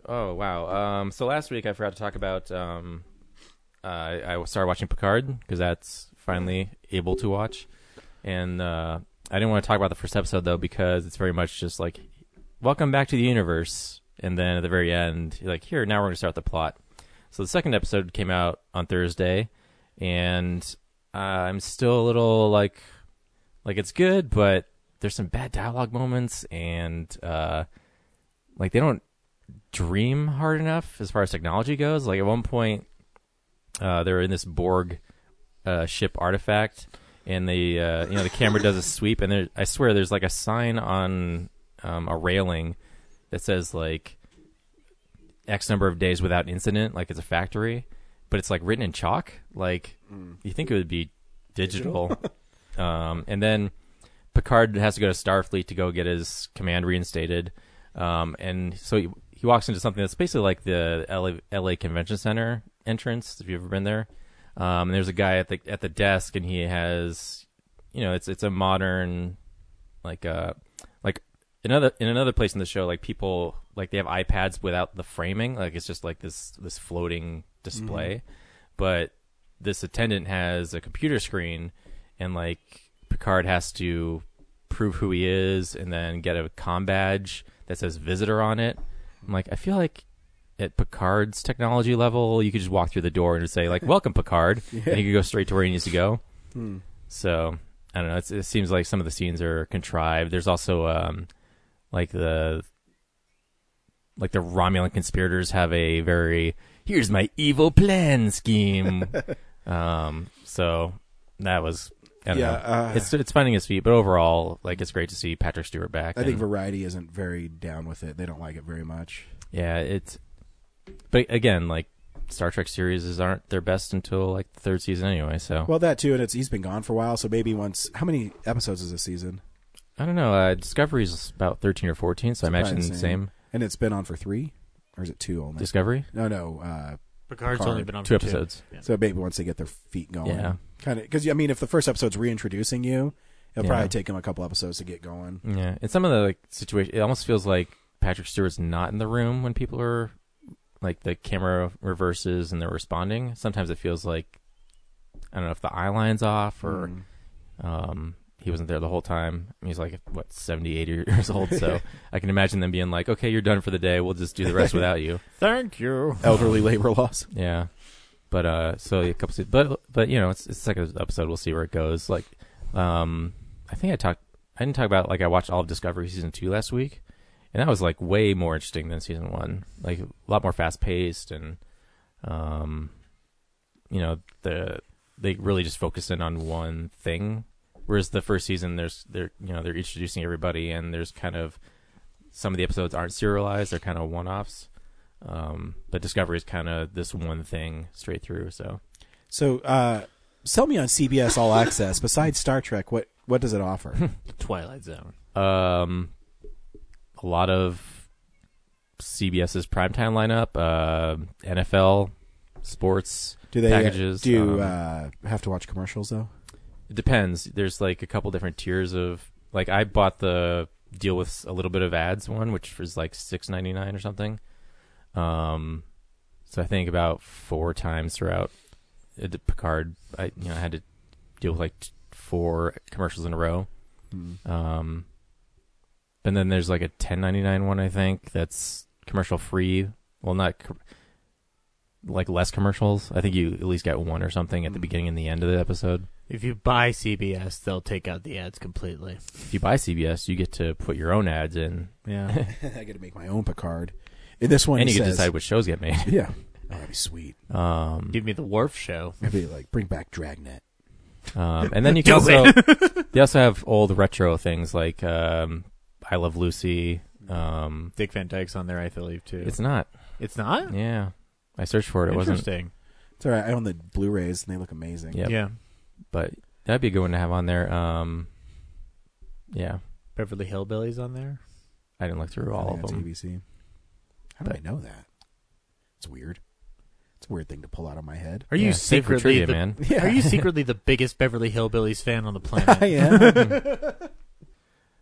Speaker 9: Oh wow. Um, so last week I forgot to talk about. Um, uh, I I started watching Picard because that's finally able to watch, and uh, I didn't want to talk about the first episode though because it's very much just like, welcome back to the universe, and then at the very end, you're like here now we're going to start the plot. So the second episode came out on Thursday, and uh, I'm still a little like, like it's good, but there's some bad dialogue moments, and uh, like they don't dream hard enough as far as technology goes. Like at one point, uh, they're in this Borg uh, ship artifact, and the uh, you know the camera does a sweep, and there, I swear there's like a sign on um, a railing that says like X number of days without incident, like it's a factory, but it's like written in chalk. Like you think it would be digital, um, and then Picard has to go to Starfleet to go get his command reinstated, um, and so he, he walks into something that's basically like the LA, LA Convention Center entrance. If you've ever been there, um, and there's a guy at the at the desk, and he has, you know, it's it's a modern, like uh, like another in another place in the show, like people like they have iPads without the framing, like it's just like this this floating display, but this attendant has a computer screen, and like Picard has to prove who he is, and then get a com badge that says visitor on it. I'm like, I feel like at Picard's technology level, you could just walk through the door and just say like, "Welcome, Picard," and he could go straight to where he needs to go.
Speaker 5: Hmm.
Speaker 9: So I don't know. It's, it seems like some of the scenes are contrived. There's also um, like the like the Romulan conspirators have a very here's my evil plan scheme. um, so that was I don't
Speaker 5: Yeah,
Speaker 9: know.
Speaker 5: uh,
Speaker 9: it's it's finding its feet, but overall, like it's great to see Patrick Stewart back.
Speaker 5: I think
Speaker 9: and-
Speaker 5: Variety isn't very down with it. They don't like it very much.
Speaker 9: yeah, it's. But again, like Star Trek series aren't their best until like the third season anyway. So
Speaker 5: Well, that too, and it's he's been gone for a while, so maybe once. How many episodes is this season?
Speaker 9: I don't know. Uh, Discovery's about thirteen or fourteen, so I imagine the
Speaker 5: Probably
Speaker 9: same.
Speaker 5: And it's been on for three, or is it two only?
Speaker 9: Discovery.
Speaker 5: No, no. Uh,
Speaker 6: Picard's
Speaker 5: Picard.
Speaker 6: only been on
Speaker 9: Two
Speaker 6: for
Speaker 9: episodes.
Speaker 6: Yeah.
Speaker 5: So maybe once they get their feet going,
Speaker 9: Yeah.
Speaker 5: kind of because I mean, if the first episode's reintroducing you, it'll
Speaker 9: Yeah.
Speaker 5: probably take them a couple episodes to get going.
Speaker 9: Yeah, and some of the like, situation, it almost feels like Patrick Stewart's not in the room when people are like the camera reverses and they're responding. Sometimes it feels like I don't know if the eye line's off or
Speaker 6: Mm.
Speaker 9: um, he wasn't there the whole time. He's like what 70, 80 years old, so I can imagine them being like, "Okay, you're done for the day. We'll just do the rest without you."
Speaker 6: Thank you.
Speaker 5: Elderly labor laws.
Speaker 9: Yeah, but uh, so a couple, se- but but you know, it's it's like an episode. We'll see where it goes. Like, um, I think I talked, I didn't talk about like I watched all of Discovery season two last week, and that was like way more interesting than season one. Like a lot more fast paced, and um, you know, the they really just focus in on one thing. Whereas the first season, there's they're you know they're introducing everybody, and there's kind of some of the episodes aren't serialized; they're kind of one offs. Um, but Discovery is kind of this one thing straight through. So
Speaker 5: So, uh, sell me on CBS All Access. Besides Star Trek, what what does it offer?
Speaker 6: Twilight Zone.
Speaker 9: um, a lot of CBS's primetime lineup, uh, NFL, sports
Speaker 5: Do they uh,
Speaker 9: packages.
Speaker 5: do
Speaker 9: um,
Speaker 5: uh, have to watch commercials though?
Speaker 9: it depends. There's like a couple different tiers of like I bought the deal with a little bit of ads one, which was like six ninety nine or something. Um, so I think about four times throughout uh, the Picard, I you know I had to deal with like t- four commercials in a row. Um, and then there's like a ten ninety nine one I think that's commercial free. Well, not co- like less commercials. I think you at least get one or something at the beginning and the end of the episode.
Speaker 6: If you buy CBS, they'll take out the ads completely.
Speaker 9: if you buy CBS, you get to put your own ads in,
Speaker 6: Yeah.
Speaker 5: I got to make my own Picard. In this one,
Speaker 9: and
Speaker 5: he
Speaker 9: you can
Speaker 5: says-
Speaker 9: decide which shows get made.
Speaker 5: Yeah, oh, that'd be sweet.
Speaker 9: Um,
Speaker 6: Give me the Wharf Show.
Speaker 5: I'd be like, bring back Dragnet.
Speaker 9: um, and then you can
Speaker 6: Do
Speaker 9: also they also have old retro things like um, I Love Lucy. Um,
Speaker 6: Dick Van Dyke's on there, I believe, too.
Speaker 9: it's not.
Speaker 6: It's not?
Speaker 9: Yeah, I searched for it. It wasn't.
Speaker 6: Interesting.
Speaker 5: It's all right. I own the Blu-rays and they look amazing.
Speaker 9: Yeah,
Speaker 6: Yeah.
Speaker 9: but that'd be a good one to have on there. Um, yeah,
Speaker 6: Beverly Hillbillies on there.
Speaker 9: I didn't look through
Speaker 5: I
Speaker 9: all
Speaker 5: think
Speaker 9: of
Speaker 5: that's
Speaker 9: them.
Speaker 5: ABC. How do I know that? It's weird. It's a weird thing to pull out of my head.
Speaker 6: Are
Speaker 9: Yeah,
Speaker 6: you
Speaker 9: save for
Speaker 6: secretly
Speaker 9: trivia,
Speaker 6: the,
Speaker 9: man.
Speaker 5: Yeah.
Speaker 6: Are you secretly the biggest Beverly Hillbillies fan on the planet?
Speaker 5: am.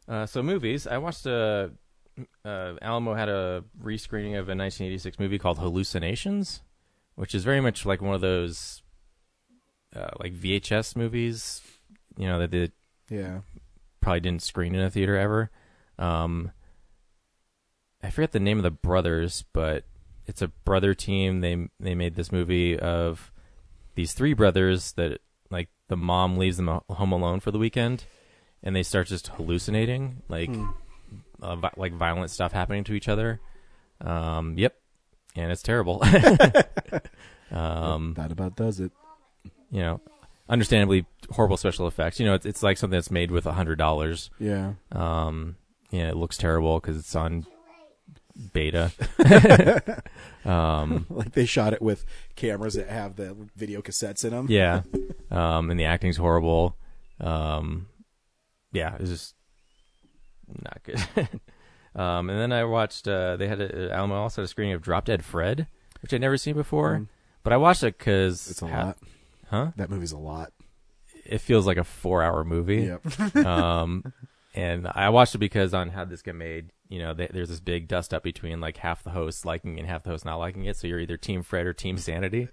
Speaker 9: Uh, so movies, I watched a uh, Alamo had a rescreening of a 1986 movie called Hallucinations, which is very much like one of those uh, like VHS movies, you know, that they
Speaker 5: Yeah.
Speaker 9: probably didn't screen in a theater ever. Um, I forget the name of the brothers, but it's a brother team. They they made this movie of these three brothers that like the mom leaves them a- home alone for the weekend, and they start just hallucinating, like
Speaker 5: Hmm.
Speaker 9: uh, vi- like violent stuff happening to each other. Um, yep, and it's terrible. um,
Speaker 5: that about does it.
Speaker 9: You know, understandably horrible special effects. You know, it's it's like something that's made with a hundred dollars.
Speaker 5: Yeah.
Speaker 9: Um, yeah, it looks terrible because it's on beta. um,
Speaker 5: like they shot it with cameras that have the video cassettes in them.
Speaker 9: yeah, um, and the acting's horrible. Um, yeah, it's just not good. um, and then I watched. Uh, they had a, Alamo also had a screening of Drop Dead Fred, which I'd never seen before,
Speaker 5: Mm.
Speaker 9: but I watched it because
Speaker 5: It's a lot.
Speaker 9: huh?
Speaker 5: That movie's a lot.
Speaker 9: It feels like a four-hour movie.
Speaker 5: Yep.
Speaker 9: um, and I watched it because on how this get made, you know, th there's this big dust up between like half the hosts liking it and half the hosts not liking it. So you're either Team Fred or Team Sanity.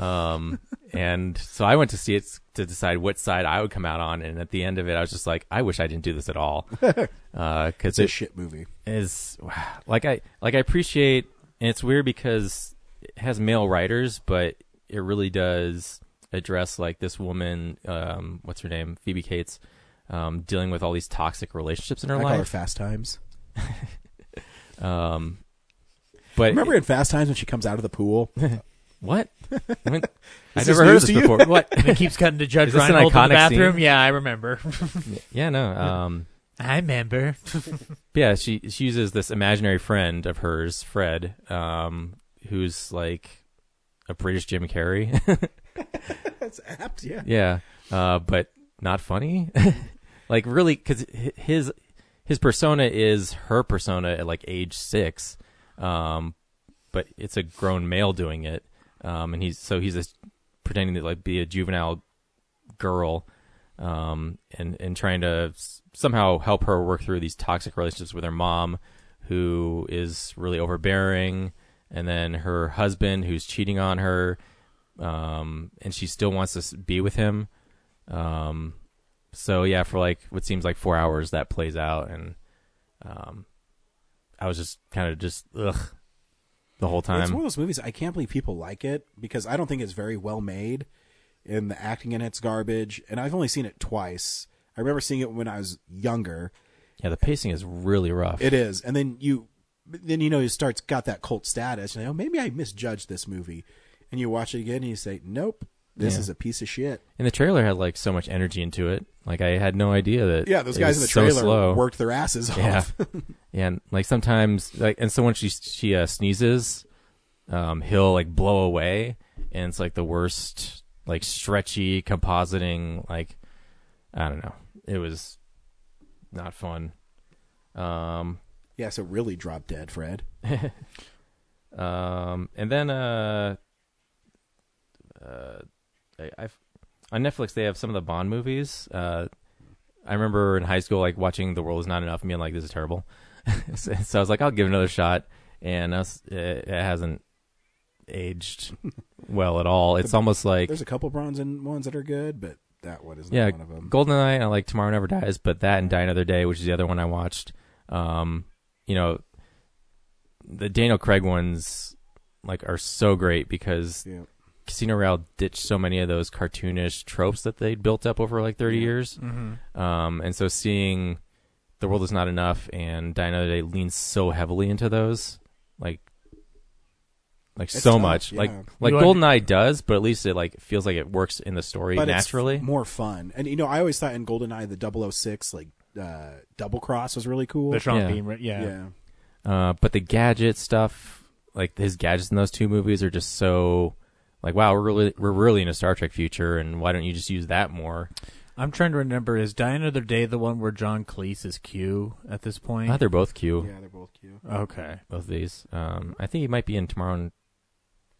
Speaker 9: um, and so I went to see it s- to decide what side I would come out on. And at the end of it, I was just like, I wish I didn't do this at all. Uh, Because
Speaker 5: It's a shit movie.
Speaker 9: is like I like I appreciate, and it's weird because it has male writers, but it really does address like this woman, um, what's her name, Phoebe Cates, um, dealing with all these toxic relationships in her
Speaker 5: I call her
Speaker 9: life.
Speaker 5: Fast Times.
Speaker 9: Um, but
Speaker 5: Remember in Fast Times when she comes out of the pool?
Speaker 9: what? I mean, I
Speaker 5: Is this
Speaker 9: never heard
Speaker 5: news
Speaker 9: this
Speaker 5: to you?
Speaker 9: before. What?
Speaker 6: And it keeps cutting to Judge
Speaker 9: Is this an
Speaker 6: Reinhold in the
Speaker 9: iconic
Speaker 6: bathroom.
Speaker 9: scene?
Speaker 6: Yeah, I remember.
Speaker 9: Yeah, no. Um,
Speaker 6: I remember.
Speaker 9: yeah, she she uses this imaginary friend of hers, Fred, um, who's like a British Jim Carrey.
Speaker 5: That's apt. Yeah.
Speaker 9: yeah uh, but not funny like really because his his persona is her persona at like age six um, but it's a grown male doing it um, and he's so he's just pretending to like be a juvenile girl um, and and trying to s- somehow help her work through these toxic relationships with her mom who is really overbearing and then her husband who's cheating on her um, and she still wants to s- be with him. Um, so yeah, for like what seems like four hours, that plays out, and um, I was just kind of just ugh the whole
Speaker 5: It's
Speaker 9: time.
Speaker 5: one of those movies I can't believe people like it because I don't think it's very well made, and the acting in it's garbage. And I've only seen it twice. I remember seeing it when I was younger.
Speaker 9: yeah, the pacing is really rough.
Speaker 5: It is, and then you, then you know, it starts got that cult status. You know, maybe I misjudged this movie, and you watch it again and you say, nope, this
Speaker 9: Yeah.
Speaker 5: is a piece of shit.
Speaker 9: and the trailer had like so much energy into it. Like I had no idea that
Speaker 5: Yeah, those
Speaker 9: it
Speaker 5: guys
Speaker 9: was
Speaker 5: in the
Speaker 9: so
Speaker 5: trailer
Speaker 9: slow.
Speaker 5: worked their asses
Speaker 9: Yeah.
Speaker 5: off.
Speaker 9: Yeah, and like sometimes, like, and so when she she uh, sneezes, um, he'll like blow away, and it's like the worst, like stretchy compositing. Like, I don't know, it was not fun. Um,
Speaker 5: yeah, so really drop dead, Fred.
Speaker 9: um, and then uh, uh, I, I've on Netflix they have some of the Bond movies. Uh, I remember in high school like watching The World Is Not Enough and being like, "This is terrible." so, so I was like, "I'll give it another shot," and I was- it, it hasn't aged well at all. It's almost like
Speaker 5: There's a couple bronze in ones that are good, but that one is not
Speaker 9: yeah,
Speaker 5: one of them.
Speaker 9: Goldeneye and I like Tomorrow Never Dies, but that and Die Another Day, which is the other one I watched. Um, you know, the Daniel Craig ones like are so great because
Speaker 5: Yeah.
Speaker 9: Casino Royale ditched so many of those cartoonish tropes that they built up over like 30 years.
Speaker 5: Mm-hmm.
Speaker 9: Um, and so seeing The World Is Not Enough and Die Another Day leans so heavily into those, like, like
Speaker 5: It's
Speaker 9: so
Speaker 5: tough,
Speaker 9: much, like
Speaker 5: yeah.
Speaker 9: like
Speaker 6: You under-
Speaker 9: Goldeneye does, but at least it like feels like it works in the story
Speaker 5: but
Speaker 9: naturally.
Speaker 5: it's f- more fun. And you know, I always thought in GoldenEye the 006 like uh, double cross was really cool.
Speaker 6: the Sean
Speaker 9: Yeah.
Speaker 6: Bean, right? yeah.
Speaker 5: yeah.
Speaker 9: Uh, but the gadget stuff, like his gadgets in those two movies, are just so like, wow, we're really we're really in a Star Trek future, and why don't you just use that more?
Speaker 6: I'm trying to remember. Is Die Another Day the one where John Cleese is Q at this point?
Speaker 9: Ah, they're both Q,
Speaker 5: Yeah, they're both cute.
Speaker 6: okay.
Speaker 9: both of these. Um, I think he might be in Tomorrow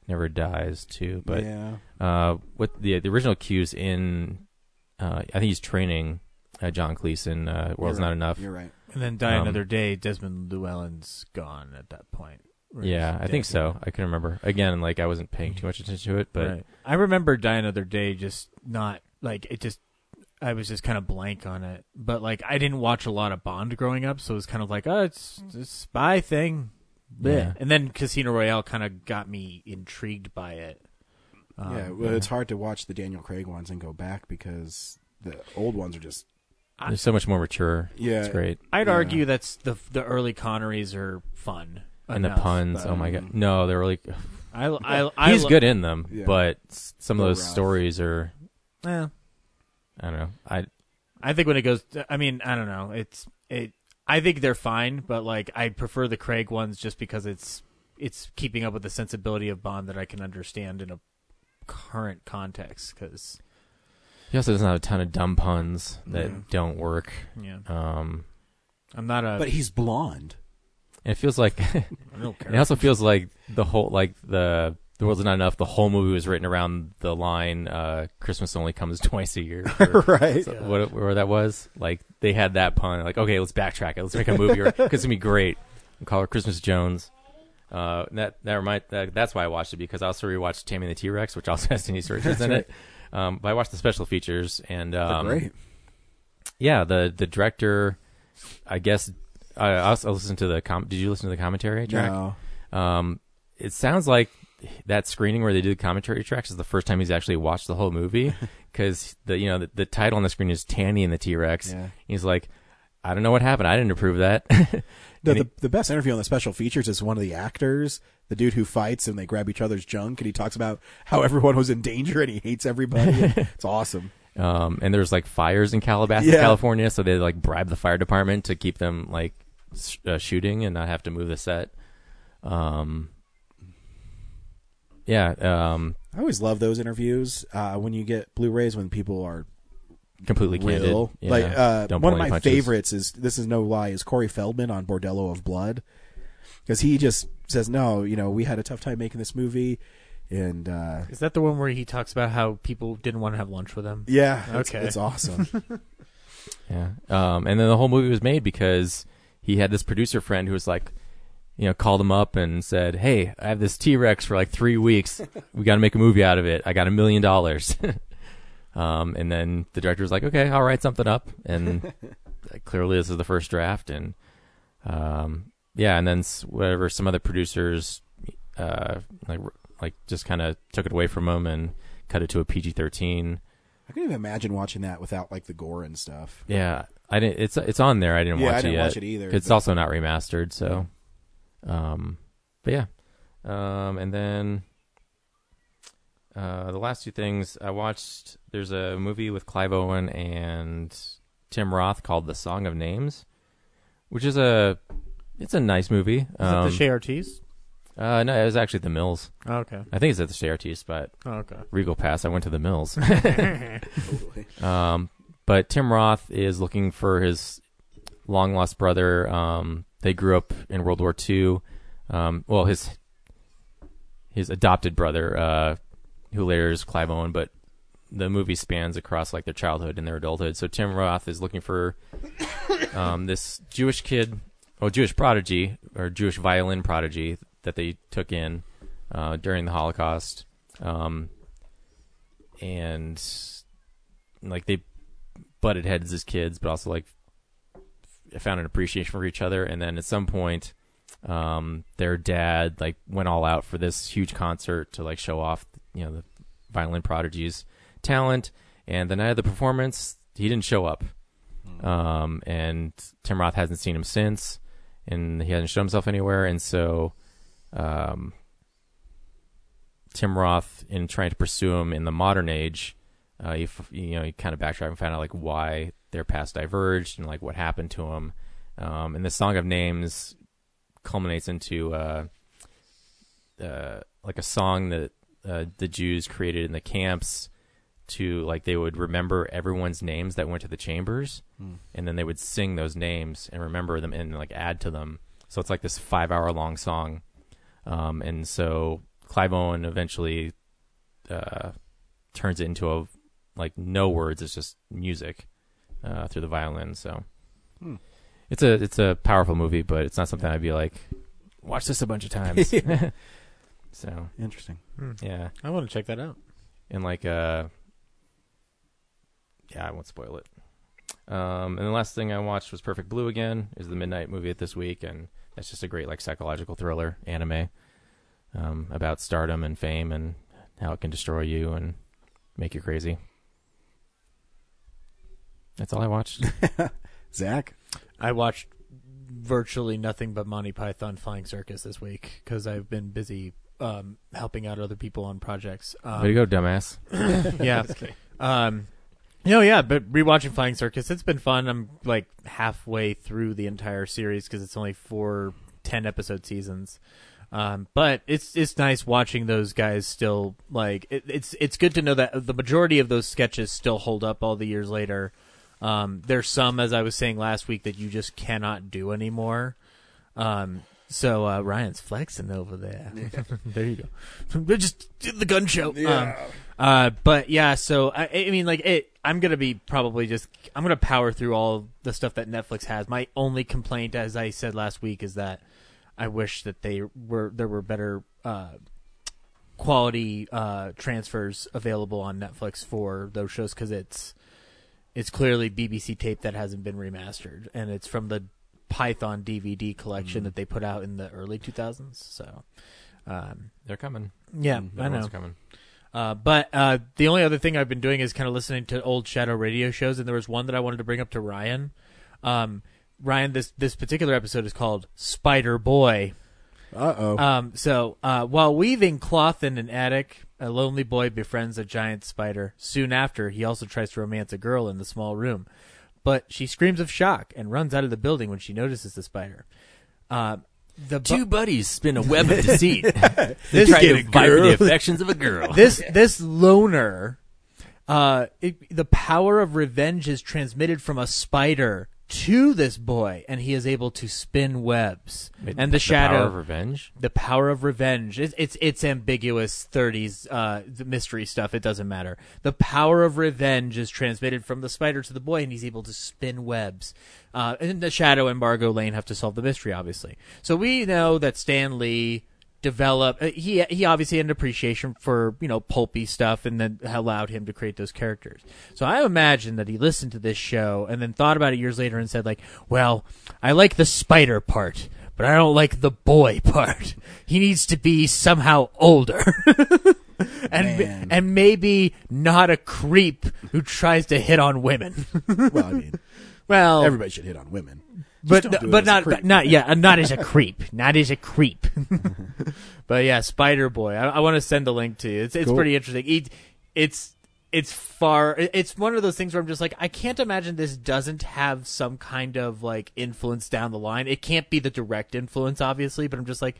Speaker 9: Never Dies too, but
Speaker 5: yeah,
Speaker 9: uh, what the the original Q's in, uh, I think he's training uh, John Cleese in uh, World's
Speaker 5: You're right.
Speaker 9: Not Enough.
Speaker 5: You're right.
Speaker 6: And then Die
Speaker 9: Um,
Speaker 6: Another Day, Desmond Llewellyn's gone at that point. Or
Speaker 9: Yeah,
Speaker 6: he's
Speaker 9: I think
Speaker 6: dead.
Speaker 9: so. I can remember. Again, like I wasn't paying too much attention to it, but
Speaker 6: Right. I remember Die Another Day just not like it just I was just kind of blank on it. But like I didn't watch a lot of Bond growing up, so it was kind of like, oh, it's it's a spy thing.
Speaker 9: Yeah.
Speaker 6: And then Casino Royale kind of got me intrigued by it. Um,
Speaker 5: yeah, well, it's hard to watch the Daniel Craig ones and go back because the old ones are just
Speaker 9: they're so much more mature.
Speaker 5: Yeah.
Speaker 9: it's great.
Speaker 6: I'd
Speaker 5: Yeah.
Speaker 6: argue that's the the early Connerys are fun.
Speaker 9: And the
Speaker 6: enough,
Speaker 9: puns,
Speaker 6: but-
Speaker 9: oh my
Speaker 5: Um,
Speaker 9: god! No, they're really.
Speaker 6: I, I, I
Speaker 9: He's
Speaker 6: lo-
Speaker 9: good in them,
Speaker 5: Yeah.
Speaker 9: but s- some of
Speaker 5: They're
Speaker 9: those
Speaker 5: rough.
Speaker 9: stories are.
Speaker 6: Yeah.
Speaker 9: I don't know. I
Speaker 6: I think when it goes, I mean, I don't know. It's it. I think they're fine, but like I prefer the Craig ones just because it's it's keeping up with the sensibility of Bond that I can understand in a current context. Because
Speaker 9: he also doesn't have a ton of dumb puns that
Speaker 5: Yeah.
Speaker 9: don't work.
Speaker 6: yeah,
Speaker 9: Um,
Speaker 6: I'm not a.
Speaker 5: But he's blonde.
Speaker 9: and it feels like
Speaker 6: I don't care.
Speaker 9: It also feels like the whole like the the world's not enough. The whole movie was written around the line uh, "Christmas only comes twice a year," or
Speaker 5: Right.
Speaker 9: so- what, where that was. Like they had that pun. Like okay, let's backtrack it. Let's make a movie. or- 'cause it's gonna be great. We'll call her Christmas Jones. Uh, that that remind that, that's why I watched it because I also rewatched Tammy and the T Rex, which also has Denise Richards in it. Um, but I watched the special features and um,
Speaker 5: great.
Speaker 9: yeah, the the director, I guess. I I also listened to the com. Did you listen to the commentary track?
Speaker 5: No.
Speaker 9: Um, it sounds like that screening where they do the commentary tracks is the first time he's actually watched the whole movie because the you know the, the title on the screen is Tanny and the T Rex.
Speaker 5: Yeah.
Speaker 9: He's like, I don't know what happened. I didn't approve that.
Speaker 5: The,
Speaker 9: And he-
Speaker 5: the, the best interview on the special features is one of the actors, the dude who fights and they grab each other's junk, and he talks about how everyone was in danger and he hates everybody. it's awesome.
Speaker 9: um, and there's like fires in Calabasas,
Speaker 5: Yeah.
Speaker 9: California, so they like bribe the fire department to keep them like sh- uh, shooting and not have to move the set. Um, yeah, um,
Speaker 5: I always love those interviews uh, when you get Blu-rays when people are
Speaker 9: completely candid.
Speaker 5: real.
Speaker 9: Yeah.
Speaker 5: Like uh,
Speaker 9: Don't
Speaker 5: one of
Speaker 9: pull
Speaker 5: my
Speaker 9: any punches.
Speaker 5: favorites is this is no lie is Corey Feldman on Bordello of Blood because he just says no. You know we had a tough time making this movie, and uh,
Speaker 6: Is that the one where he talks about how people didn't want to have lunch with him?
Speaker 5: yeah, it's,
Speaker 6: Okay.
Speaker 5: it's awesome.
Speaker 9: Yeah. Um, and then the whole movie was made because he had this producer friend who was like, you know, called him up and said, "Hey, I have this T Rex for like three weeks. We got to make a movie out of it. I got a million dollars." Um, and then the director was like, "Okay, I'll write something up." And clearly, this is the first draft. And um, yeah, and then s- whatever some other producers uh, like like just kind of took it away from him and cut it to a PG thirteen.
Speaker 5: I couldn't even imagine watching that without like the gore and stuff.
Speaker 9: Yeah, I didn't. It's it's on there. I didn't
Speaker 5: Yeah,
Speaker 9: watch
Speaker 5: I didn't
Speaker 9: it yet.
Speaker 5: watch it either,
Speaker 9: It's
Speaker 5: but-
Speaker 9: also not remastered. So, um, but yeah, um, and then uh, the last two things I watched. There's a movie with Clive Owen and Tim Roth called The Song of Names, which is a it's a nice movie.
Speaker 6: Is
Speaker 9: Um,
Speaker 6: it the Shea Ortiz?
Speaker 9: uh, no, it was actually at the Mills.
Speaker 6: Oh, okay.
Speaker 9: I think it's at the Shea Artist, but
Speaker 6: Oh, okay.
Speaker 9: Regal Pass. I went to the Mills. um, but Tim Roth is looking for his long lost brother. Um, they grew up in World War II. Um, well, his his adopted brother, uh, who later is Clive Owen, but the movie spans across like their childhood and their adulthood. So Tim Roth is looking for um, this Jewish kid, oh, Jewish prodigy or Jewish violin prodigy that they took in uh, during the Holocaust, um, and like they butted heads as kids, but also like f- found an appreciation for each other. And then at some point, um, their dad like went all out for this huge concert to like show off, you know, the violin prodigy's talent. And the night of the performance, he didn't show up. Um, and Tim Roth hasn't seen him since, and he hasn't shown himself anywhere. And so, um, Tim Roth, in trying to pursue him in the modern age, uh, he, f- you know, he kind of backtracked and found out like why their paths diverged and like what happened to him. Um, and the Song of Names culminates into uh, uh, like a song that uh, the Jews created in the camps to like they would remember everyone's names that went to the chambers, and then they would sing those names and remember them and like add to them. So it's like this five-hour-long song, um, and so Clive Owen eventually uh, turns it into a like no words, it's just music uh, through the violin. So It's a it's a powerful movie, but it's not something I'd be like, watch this a bunch of times. so
Speaker 5: Interesting.
Speaker 9: yeah,
Speaker 6: I want to check that out.
Speaker 9: and like uh, yeah, I won't spoil it. Um, and the last thing I watched was Perfect Blue again. Is the midnight movie this week, and that's just a great like psychological thriller anime um, about stardom and fame and how it can destroy you and make you crazy. That's all I watched.
Speaker 5: Zach,
Speaker 6: I watched virtually nothing but Monty Python Flying Circus this week because I've been busy um, helping out other people on projects. Um,
Speaker 9: Way to go, dumbass.
Speaker 6: yeah. Um, no, yeah, but rewatching Flying Circus, it's been fun. I'm like halfway through the entire series because it's only four ten episode seasons. Um, but it's it's nice watching those guys still like it, it's it's good to know that the majority of those sketches still hold up all the years later. Um, there's some, as I was saying last week, that you just cannot do anymore. Um, so uh, Ryan's flexing over there. there you go. just did the gun show. Um, uh, but yeah, so I, I mean, like, it. I'm gonna be probably just. I'm gonna power through all the stuff that Netflix has. My only complaint, as I said last week, is that I wish that they were there were better uh, quality uh, transfers available on Netflix for those shows because it's it's clearly BBC tape that hasn't been remastered, and it's from the Python DVD collection that they put out in the early 2000s. So, um,
Speaker 9: They're coming.
Speaker 6: yeah, I
Speaker 9: Everyone's
Speaker 6: know.
Speaker 9: coming.
Speaker 6: Uh, but uh, the only other thing I've been doing is kind of listening to old Shadow radio shows, and there was one that I wanted to bring up to Ryan. Um, Ryan, this this particular episode is called Spider Boy.
Speaker 5: Uh oh.
Speaker 6: Um, so uh, while weaving cloth in an attic, a lonely boy befriends a giant spider. Soon after, he also tries to romance a girl in the small room, but she screams of shock and runs out of the building when she notices the spider. Uh, the bu-
Speaker 8: Two buddies spin a web of deceit. they
Speaker 6: This-
Speaker 8: try to
Speaker 6: Get a
Speaker 8: vie for the affections of a girl.
Speaker 6: this this loner uh it, the power of revenge is transmitted from a spider to this boy and he is able to spin webs and the, shadow
Speaker 9: Power of Revenge.
Speaker 6: the power of revenge it's it's, it's ambiguous 30s uh the mystery stuff it doesn't matter the power of revenge is transmitted from the spider to the boy and he's able to spin webs uh and the shadow and margot lane have to solve the mystery obviously so we know that stan lee developed uh, he he obviously had an appreciation for you know pulpy stuff and then allowed him to create those characters so i imagine that he listened to this show and then thought about it years later and said like well i like the spider part but I don't like the boy part. He needs to be somehow older. and
Speaker 5: Man.
Speaker 6: and maybe not a creep who tries to hit on women.
Speaker 5: well, I mean,
Speaker 6: well,
Speaker 5: everybody should hit on women. Just
Speaker 6: but
Speaker 5: don't do it
Speaker 6: but
Speaker 5: as a
Speaker 6: not
Speaker 5: creep.
Speaker 6: not yeah, uh, not as a creep. Not as a creep. but yeah, Spider Boy. I, I want to send a link to you. It's it's
Speaker 5: Cool.
Speaker 6: pretty interesting. It, it's it's far. it- It's one of those things where I'm just like, I can't imagine this doesn't have some kind of like influence down the line. It can't be the direct influence, obviously, but I'm just like,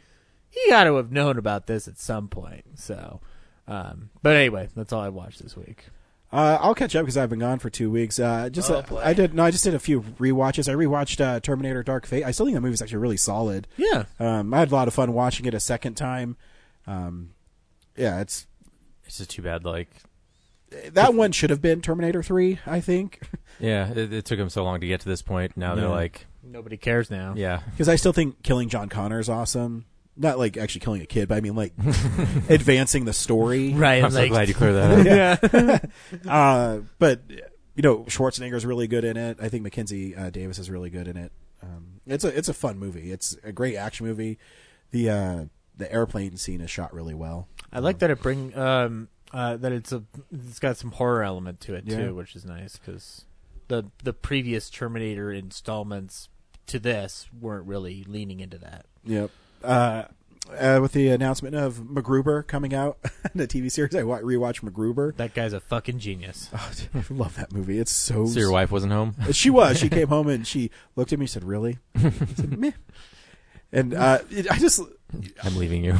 Speaker 6: he got to have known about this at some point. So, um, but anyway, that's all I watched this week.
Speaker 5: Uh, I'll catch up because I've been gone for two weeks. Uh, just uh, I did no, I just did a few rewatches. I rewatched uh, Terminator Dark Fate. I still think that movie's actually really solid.
Speaker 6: Yeah.
Speaker 5: Um, I had a lot of fun watching it a second time. Um, yeah, it's
Speaker 9: It's just too bad. Like,
Speaker 5: that one should have been Terminator Three. I think
Speaker 9: yeah, it, it took him so long to get to this point. Now
Speaker 5: Yeah.
Speaker 9: they're like,
Speaker 6: Nobody cares now.
Speaker 9: yeah,
Speaker 5: because I still think killing John Connor is awesome. Not like actually killing a kid, but I mean like advancing the story.
Speaker 6: Right.
Speaker 9: I'm so
Speaker 6: like,
Speaker 9: glad you cleared that up.
Speaker 6: yeah.
Speaker 5: Uh, but you know Schwarzenegger's really good in it. I think Mackenzie uh, Davis is really good in it. Um, it's a it's a fun movie. It's a great action movie. The uh, the airplane scene is shot really well.
Speaker 6: I like that it bring um uh that it's a it's got some horror element to it
Speaker 5: Yeah.
Speaker 6: too, which is nice because the the previous Terminator installments to this weren't really leaning into that.
Speaker 5: Yep. Uh, uh, with the announcement of MacGruber coming out, the TV series, I wa- rewatched MacGruber.
Speaker 6: That guy's a fucking genius.
Speaker 5: Oh, dude, I love that movie. It's so.
Speaker 9: So your wife wasn't home.
Speaker 5: She was. She came home and she looked at me and said, "Really?" I said, Meh. And uh, it, I just
Speaker 9: I'm leaving you.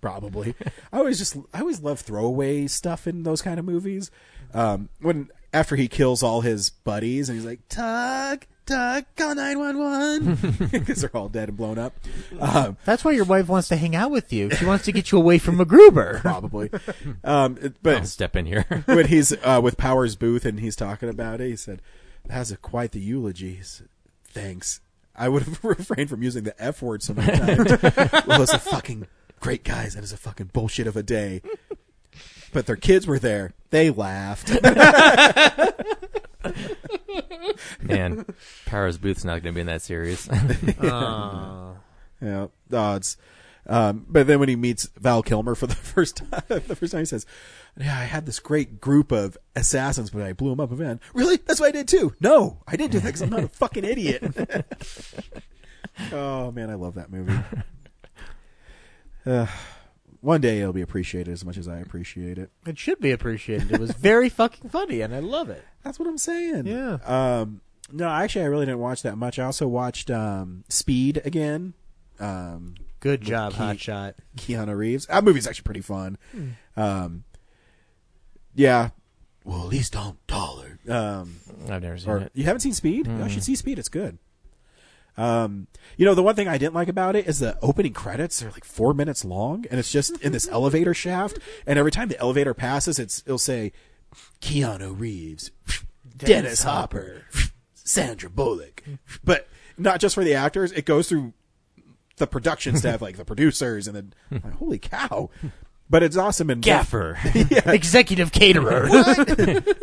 Speaker 5: probably. I always just I always love throwaway stuff in those kind of movies. Um, when after he kills all his buddies and he's like, "Tug, Tug, call nine one one," because they're all dead and blown up. Um,
Speaker 6: That's why your wife wants to hang out with you. She wants to get you away from MacGruber.
Speaker 5: probably. Um, it-
Speaker 9: I'll
Speaker 5: but
Speaker 9: step in here.
Speaker 5: when he's uh, with Powers Booth and he's talking about it, he said, "That's a quite the eulogy." He said, Thanks. I would have refrained from using the F word so many times. well, it's a fucking great guys, and it's a fucking bullshit of a day. But their kids were there. They laughed.
Speaker 9: Man, Powers Booth's not going to be in that series.
Speaker 6: Aw.
Speaker 5: Yeah, no, it's. Um, but then when he meets Val Kilmer for the first time, the first time he says, "Yeah, I had this great group of assassins, but I blew them up." And then, really, that's what I did too. No, I didn't do that because I'm not a fucking idiot. oh man, I love that movie. Uh, one day it'll be appreciated as much as I appreciate it.
Speaker 6: It should be appreciated. It was very fucking funny, and I love it.
Speaker 5: That's what I'm saying.
Speaker 6: Yeah.
Speaker 5: Um, no, actually, I really didn't watch that much. I also watched um, Speed again. Um,
Speaker 6: Good
Speaker 5: with
Speaker 6: job,
Speaker 5: Ke-
Speaker 6: Hot Shot.
Speaker 5: Keanu Reeves. That movie's actually pretty fun. Um, yeah. Well, at least I'm taller. Um,
Speaker 9: I've never seen
Speaker 5: or- Mm.
Speaker 9: it.
Speaker 5: you haven't seen Speed? I should see Speed. It's good. Um, you know, the one thing I didn't like about it is the opening credits are like four minutes long, and it's just in this elevator shaft. And every time the elevator passes, it's it'll say Keanu Reeves, Dennis Hopper, Sandra Bullock, but not just for the actors. It goes through the production staff, like the producers, and then like, holy cow! But it's awesome and
Speaker 8: Gaffer,
Speaker 9: E
Speaker 6: Executive caterer.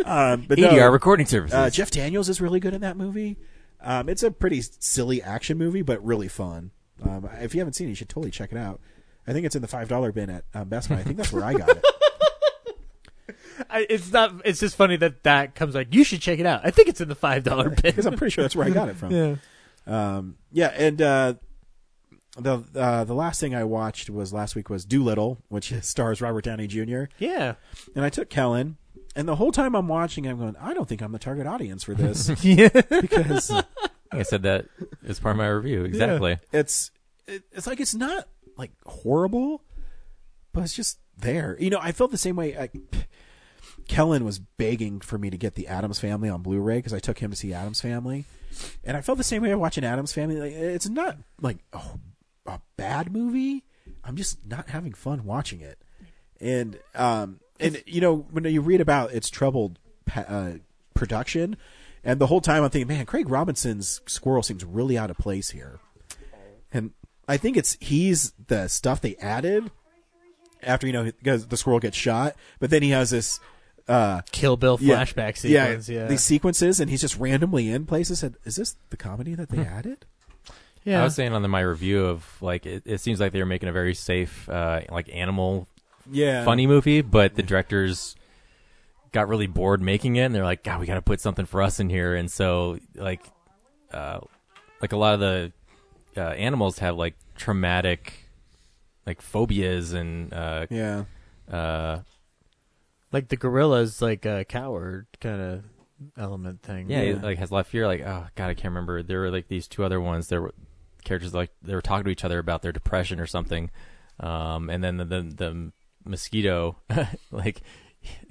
Speaker 5: Um, but no,
Speaker 8: ADR recording services.
Speaker 5: uh, Jeff Daniels is really good in that movie. Um, it's a pretty silly action movie, but really fun. Um, if you haven't seen it, you should totally check it out. I think it's in the five dollar bin at um, Best Buy. I think that's where I got it.
Speaker 6: I, it's not. It's just funny that that comes like you should check it out. I think it's in the five dollar bin.
Speaker 5: because I'm pretty sure that's where I got it from. Yeah. Um, yeah, and uh, the uh, the last thing I watched was last week was Doolittle, which stars Robert Downey Jr.
Speaker 6: Yeah,
Speaker 5: And I took Kellen, and the whole time I'm watching, I'm going, I don't think I'm the target audience for this
Speaker 6: yeah.
Speaker 5: because
Speaker 9: I think I said that as part of my review. Exactly.
Speaker 5: it's it, it's like it's not like horrible, but it's just there. You know, I felt the same way. I, Kellen was begging for me to get the Adams Family on Blu-ray because I took him to see Adams Family, and I felt the same way watching Adams Family. Like, it's not like a, a bad movie. I'm just not having fun watching it, and um, and you know when you read about its troubled pa- uh, production, and the whole time I'm thinking, man, Craig Robinson's Squirrel seems really out of place here and I think it's he's the stuff they added after you know because the squirrel gets shot, but then he has this uh
Speaker 6: Kill Bill
Speaker 5: yeah,
Speaker 6: flashback sequence. Yeah,
Speaker 5: these sequences, and he's just randomly in places. And is this the comedy that they added?
Speaker 9: I was saying on the, my review of like it, it seems like they were making a very safe uh, like animal
Speaker 5: Yeah,
Speaker 9: funny movie, but the directors got really bored making it, and they're like, "God, we got to put something for us in here." And so, like, uh, like a lot of the uh, animals have like traumatic, like phobias and uh,
Speaker 5: Yeah,
Speaker 9: uh,
Speaker 6: like the gorilla's like a coward kind of element thing.
Speaker 9: yeah, it, like has left fear. Like, oh God, I can't remember. There were like these two other ones. There were characters like they were talking to each other about their depression or something, um, and then the the, the mosquito like.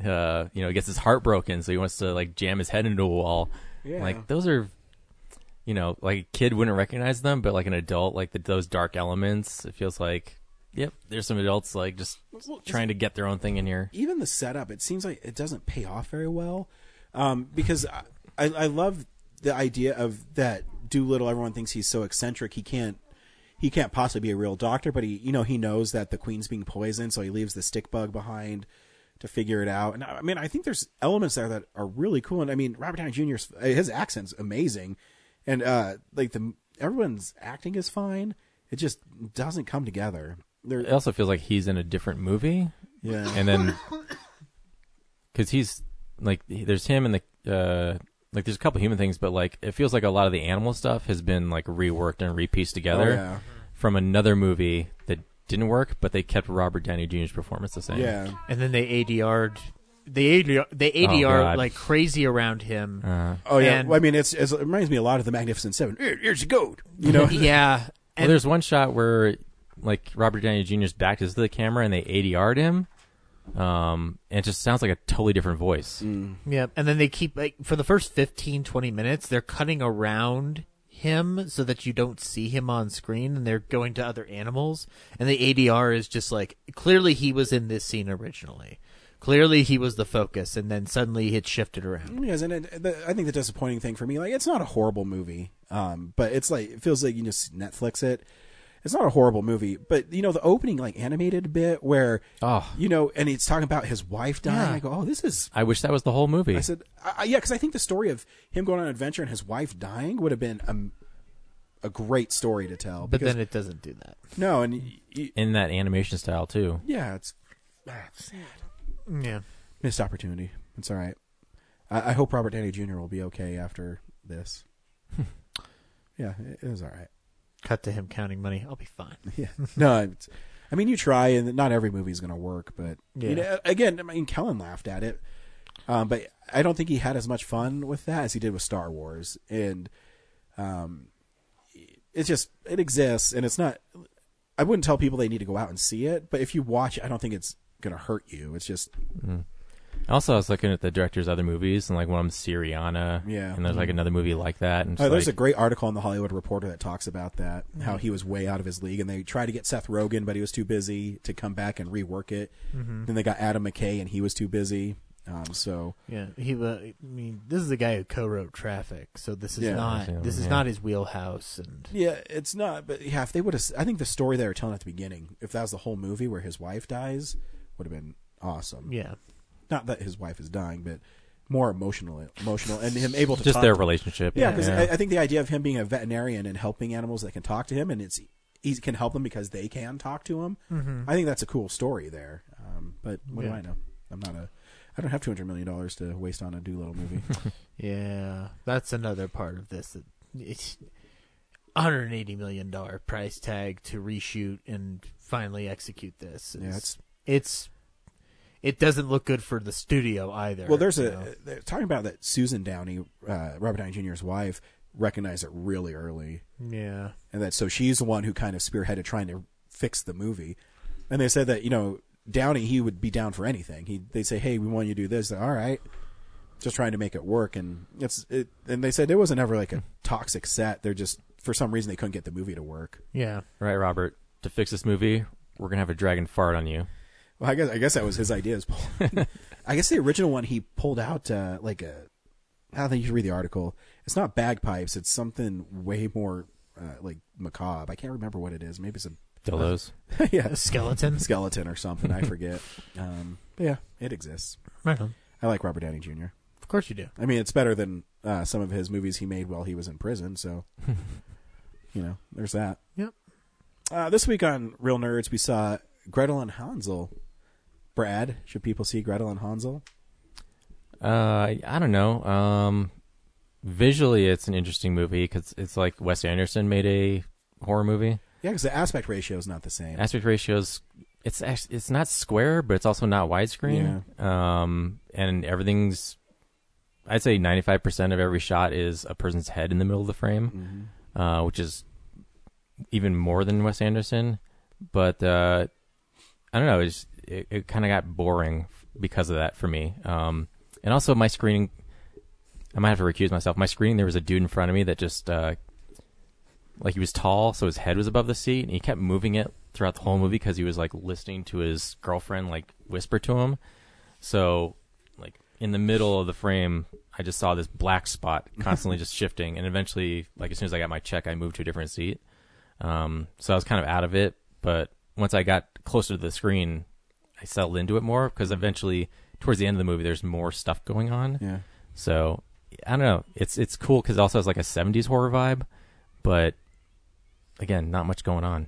Speaker 9: Uh, you know, gets his heart broken, so he wants to like jam his head into a wall.
Speaker 5: yeah.
Speaker 9: Like those are, you know, like a kid wouldn't recognize them, but like an adult, like the, those dark elements, it feels like, yep, there's some adults like just trying to get their own thing in here.
Speaker 5: even the setup, it seems like it doesn't pay off very well. Um, because I, I, I love the idea of that Doolittle. Everyone thinks he's so eccentric he can't he can't possibly be a real doctor, but he you know he knows that the queen's being poisoned, so he leaves the stick bug behind to figure it out. And I, I mean, I think there's elements there that are really cool. And I mean, Robert Downey Jr.'s his accent's amazing, and uh, like the everyone's acting is fine. It just doesn't come together. There,
Speaker 9: It also feels like he's in a different movie,
Speaker 5: yeah,
Speaker 9: and then because he's like, there's him and the uh, like, there's a couple human things, but like, it feels like a lot of the animal stuff has been like reworked and repieced
Speaker 5: Oh,
Speaker 9: together
Speaker 5: yeah,
Speaker 9: from another movie that didn't work, but they kept Robert Downey Jr.'s performance the same.
Speaker 5: yeah.
Speaker 6: and then they ADR'd. They ADR, they
Speaker 9: Oh,
Speaker 6: ADR
Speaker 9: God.
Speaker 6: like crazy around him.
Speaker 9: Uh,
Speaker 5: Oh yeah,
Speaker 6: And-
Speaker 5: well, I mean, it's, it's it reminds me a lot of the Magnificent Seven. Here, here's a goat, you know.
Speaker 6: yeah,
Speaker 9: Well,
Speaker 6: and
Speaker 9: there's one shot where like Robert Downey Jr.'s back is to the camera and they ADR'd him. Um, and it just sounds like a totally different voice.
Speaker 5: Mm.
Speaker 6: yeah, and then they keep like for the first 15, 20 minutes they're cutting around him so that you don't see him on screen, and they're going to other animals, and the ADR is just like clearly he was in this scene originally. Clearly, he was the focus, and then suddenly it shifted around.
Speaker 5: Because and it, the, I think the disappointing thing for me, like, it's not a horrible movie, um, but it's like it feels like you just Netflix it. It's not a horrible movie, but you know the opening like animated bit where
Speaker 9: oh
Speaker 5: you know, and it's talking about his wife dying. I go, oh, this is.
Speaker 9: I wish that was the whole movie.
Speaker 5: I said, I, I, yeah, because I think the story of him going on an adventure and his wife dying would have been a, a great story to tell.
Speaker 6: But
Speaker 5: because-
Speaker 6: then it doesn't do that.
Speaker 5: no, and y- y-
Speaker 9: in that animation style too.
Speaker 5: yeah, it's ah, it's sad.
Speaker 6: Yeah.
Speaker 5: missed opportunity. It's all right. I, I hope Robert Downey Jr. will be okay after this. yeah, it, it was all right.
Speaker 6: Cut to him counting money. I'll be fine.
Speaker 5: Yeah. No, it's, I mean, you try, and not every movie is going to work. But you
Speaker 6: Yeah.
Speaker 5: know, again, I mean, Kellen laughed at it, um, but I don't think he had as much fun with that as he did with Star Wars. And um, it's just it exists, and it's not. I wouldn't tell people they need to go out and see it, but if you watch, it, I don't think it's going to hurt you. It's just
Speaker 9: Also, I was looking at the director's other movies, and like one of them's Syriana.
Speaker 5: Yeah. Mm-hmm.
Speaker 9: and there's like another movie like that. And
Speaker 5: Oh,
Speaker 9: it's
Speaker 5: there's a
Speaker 9: like,
Speaker 5: great article in the Hollywood Reporter that talks about that, how he was way out of his league, and they tried to get Seth Rogen, but he was too busy to come back and rework it. Then they got Adam McKay, and he was too busy. Um, so
Speaker 6: Yeah, he. wa I mean, this is the guy who co-wrote Traffic, so this is
Speaker 5: Yeah.
Speaker 6: not
Speaker 9: Yeah,
Speaker 6: this is
Speaker 9: yeah.
Speaker 6: not his wheelhouse. And
Speaker 5: yeah, it's not. But yeah, if they would have, I think the story they were telling at the beginning, if that was the whole movie where his wife dies, would have been awesome.
Speaker 6: yeah,
Speaker 5: Not that his wife is dying, but more emotional, emotional, and him able to
Speaker 9: just
Speaker 5: talk
Speaker 9: their relationship.
Speaker 5: Yeah, because I, I think the idea of him being a veterinarian and helping animals that can talk to him, and it's e, he can help them because they can talk to him. I think that's a cool story there. Um, but what do
Speaker 6: Mm-hmm. Yeah.
Speaker 5: I know? I'm not a. I don't have two hundred million dollars to waste on a Doolittle movie.
Speaker 6: yeah, that's another part of this. That it's 180 million dollar price tag to reshoot and finally execute this.
Speaker 5: Yeah, it's-
Speaker 6: it's it doesn't look good for the studio either.
Speaker 5: well, there's
Speaker 6: you
Speaker 5: a they're talking about that Susan Downey, uh, Robert Downey Jr.'s wife, recognized it really early,
Speaker 6: know? yeah.
Speaker 5: and that so she's the one who kind of spearheaded trying to fix the movie. And they said that you know Downey he would be down for anything. He they say hey we want you to do this. All right, just trying to make it work. And it's it and they said it wasn't ever like a toxic set. They're just for some reason they couldn't get the movie to work.
Speaker 6: Yeah,
Speaker 9: right, Robert. To fix this movie, we're gonna have a dragon fart on you.
Speaker 5: Well, I guess I guess that was his idea. is pull- I guess the original one he pulled out uh, like a. I don't think you should read the article. It's not bagpipes. It's something way more uh, like macabre. I can't remember what it is. Maybe it's a
Speaker 9: Dildos.
Speaker 5: yeah
Speaker 6: a skeleton.
Speaker 5: skeleton or something. I forget. Um, but yeah, it exists.
Speaker 6: Right on.
Speaker 5: I like Robert Downey Jr.
Speaker 6: Of course you do.
Speaker 5: I mean, it's better than uh, some of his movies he made while he was in prison. So, you know, there's that.
Speaker 6: Yep.
Speaker 5: Uh, this week on Real Nerds, we saw Gretel and Hansel. Brad, should people see Gretel and Hansel?
Speaker 9: Uh, I- I don't know. Um, visually, it's an interesting movie because it's like Wes Anderson made a horror movie.
Speaker 5: Yeah, because the aspect ratio is not the same.
Speaker 9: aspect ratios it's act- it's not square but it's also not widescreen um and everything's i'd say 95% of every shot is a person's head in the middle of the frame uh which is even more than wes anderson but uh i don't know it's, it, it kind of got boring because of that for me um and also my screening i might have to recuse myself my screening there was a dude in front of me that just uh like he was tall, so his head was above the seat, and he kept moving it throughout the whole movie because he was like listening to his girlfriend like whisper to him. So, like in the middle of the frame, I just saw this black spot constantly just shifting, and eventually, like as soon as I got my check, I moved to a different seat. Um, so I was kind of out of it, but once I got closer to the screen, I settled into it more because eventually, towards the end of the movie, there's more stuff going on.
Speaker 5: Yeah.
Speaker 9: So I don't know. It's it's cool because it also has like a '70s horror vibe, but again, not much going on.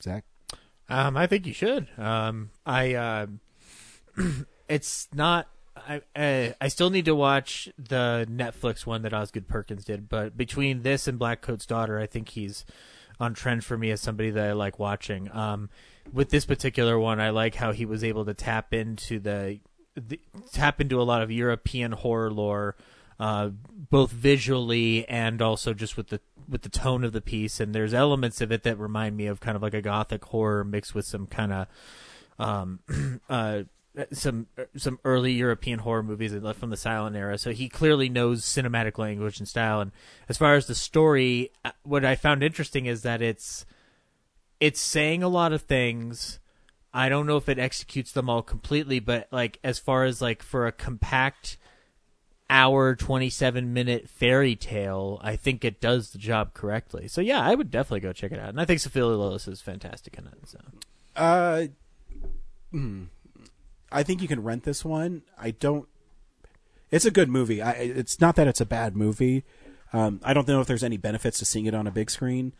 Speaker 5: Zach?
Speaker 6: Um, I think you should. Um, I um it's not. I, I I still need to watch the Netflix one that Osgood Perkins did, but between this and Black Coat's Daughter, I think he's on trend for me as somebody that I like watching. Um, with this particular one, I like how he was able to tap into the, the tap into a lot of European horror lore, uh, both visually and also just with the with the tone of the piece. And there's elements of it that remind me of kind of like a gothic horror mixed with some kind of um, uh, some some early European horror movies that left from the silent era. So he clearly knows cinematic language and style. And as far as the story, uh, what I found interesting is that it's it's saying a lot of things I don't know if it executes them all completely, but like as far as like for a compact hour 27 minute fairy tale, I think it does the job correctly. So yeah, I would definitely go check it out. And I think Sophia Lillis is fantastic in it. So
Speaker 5: Uh, hmm. I think you can rent this one. I don't. It's a good movie. I, it's not that it's a bad movie. Um, I don't know if there's any benefits to seeing it on a big screen.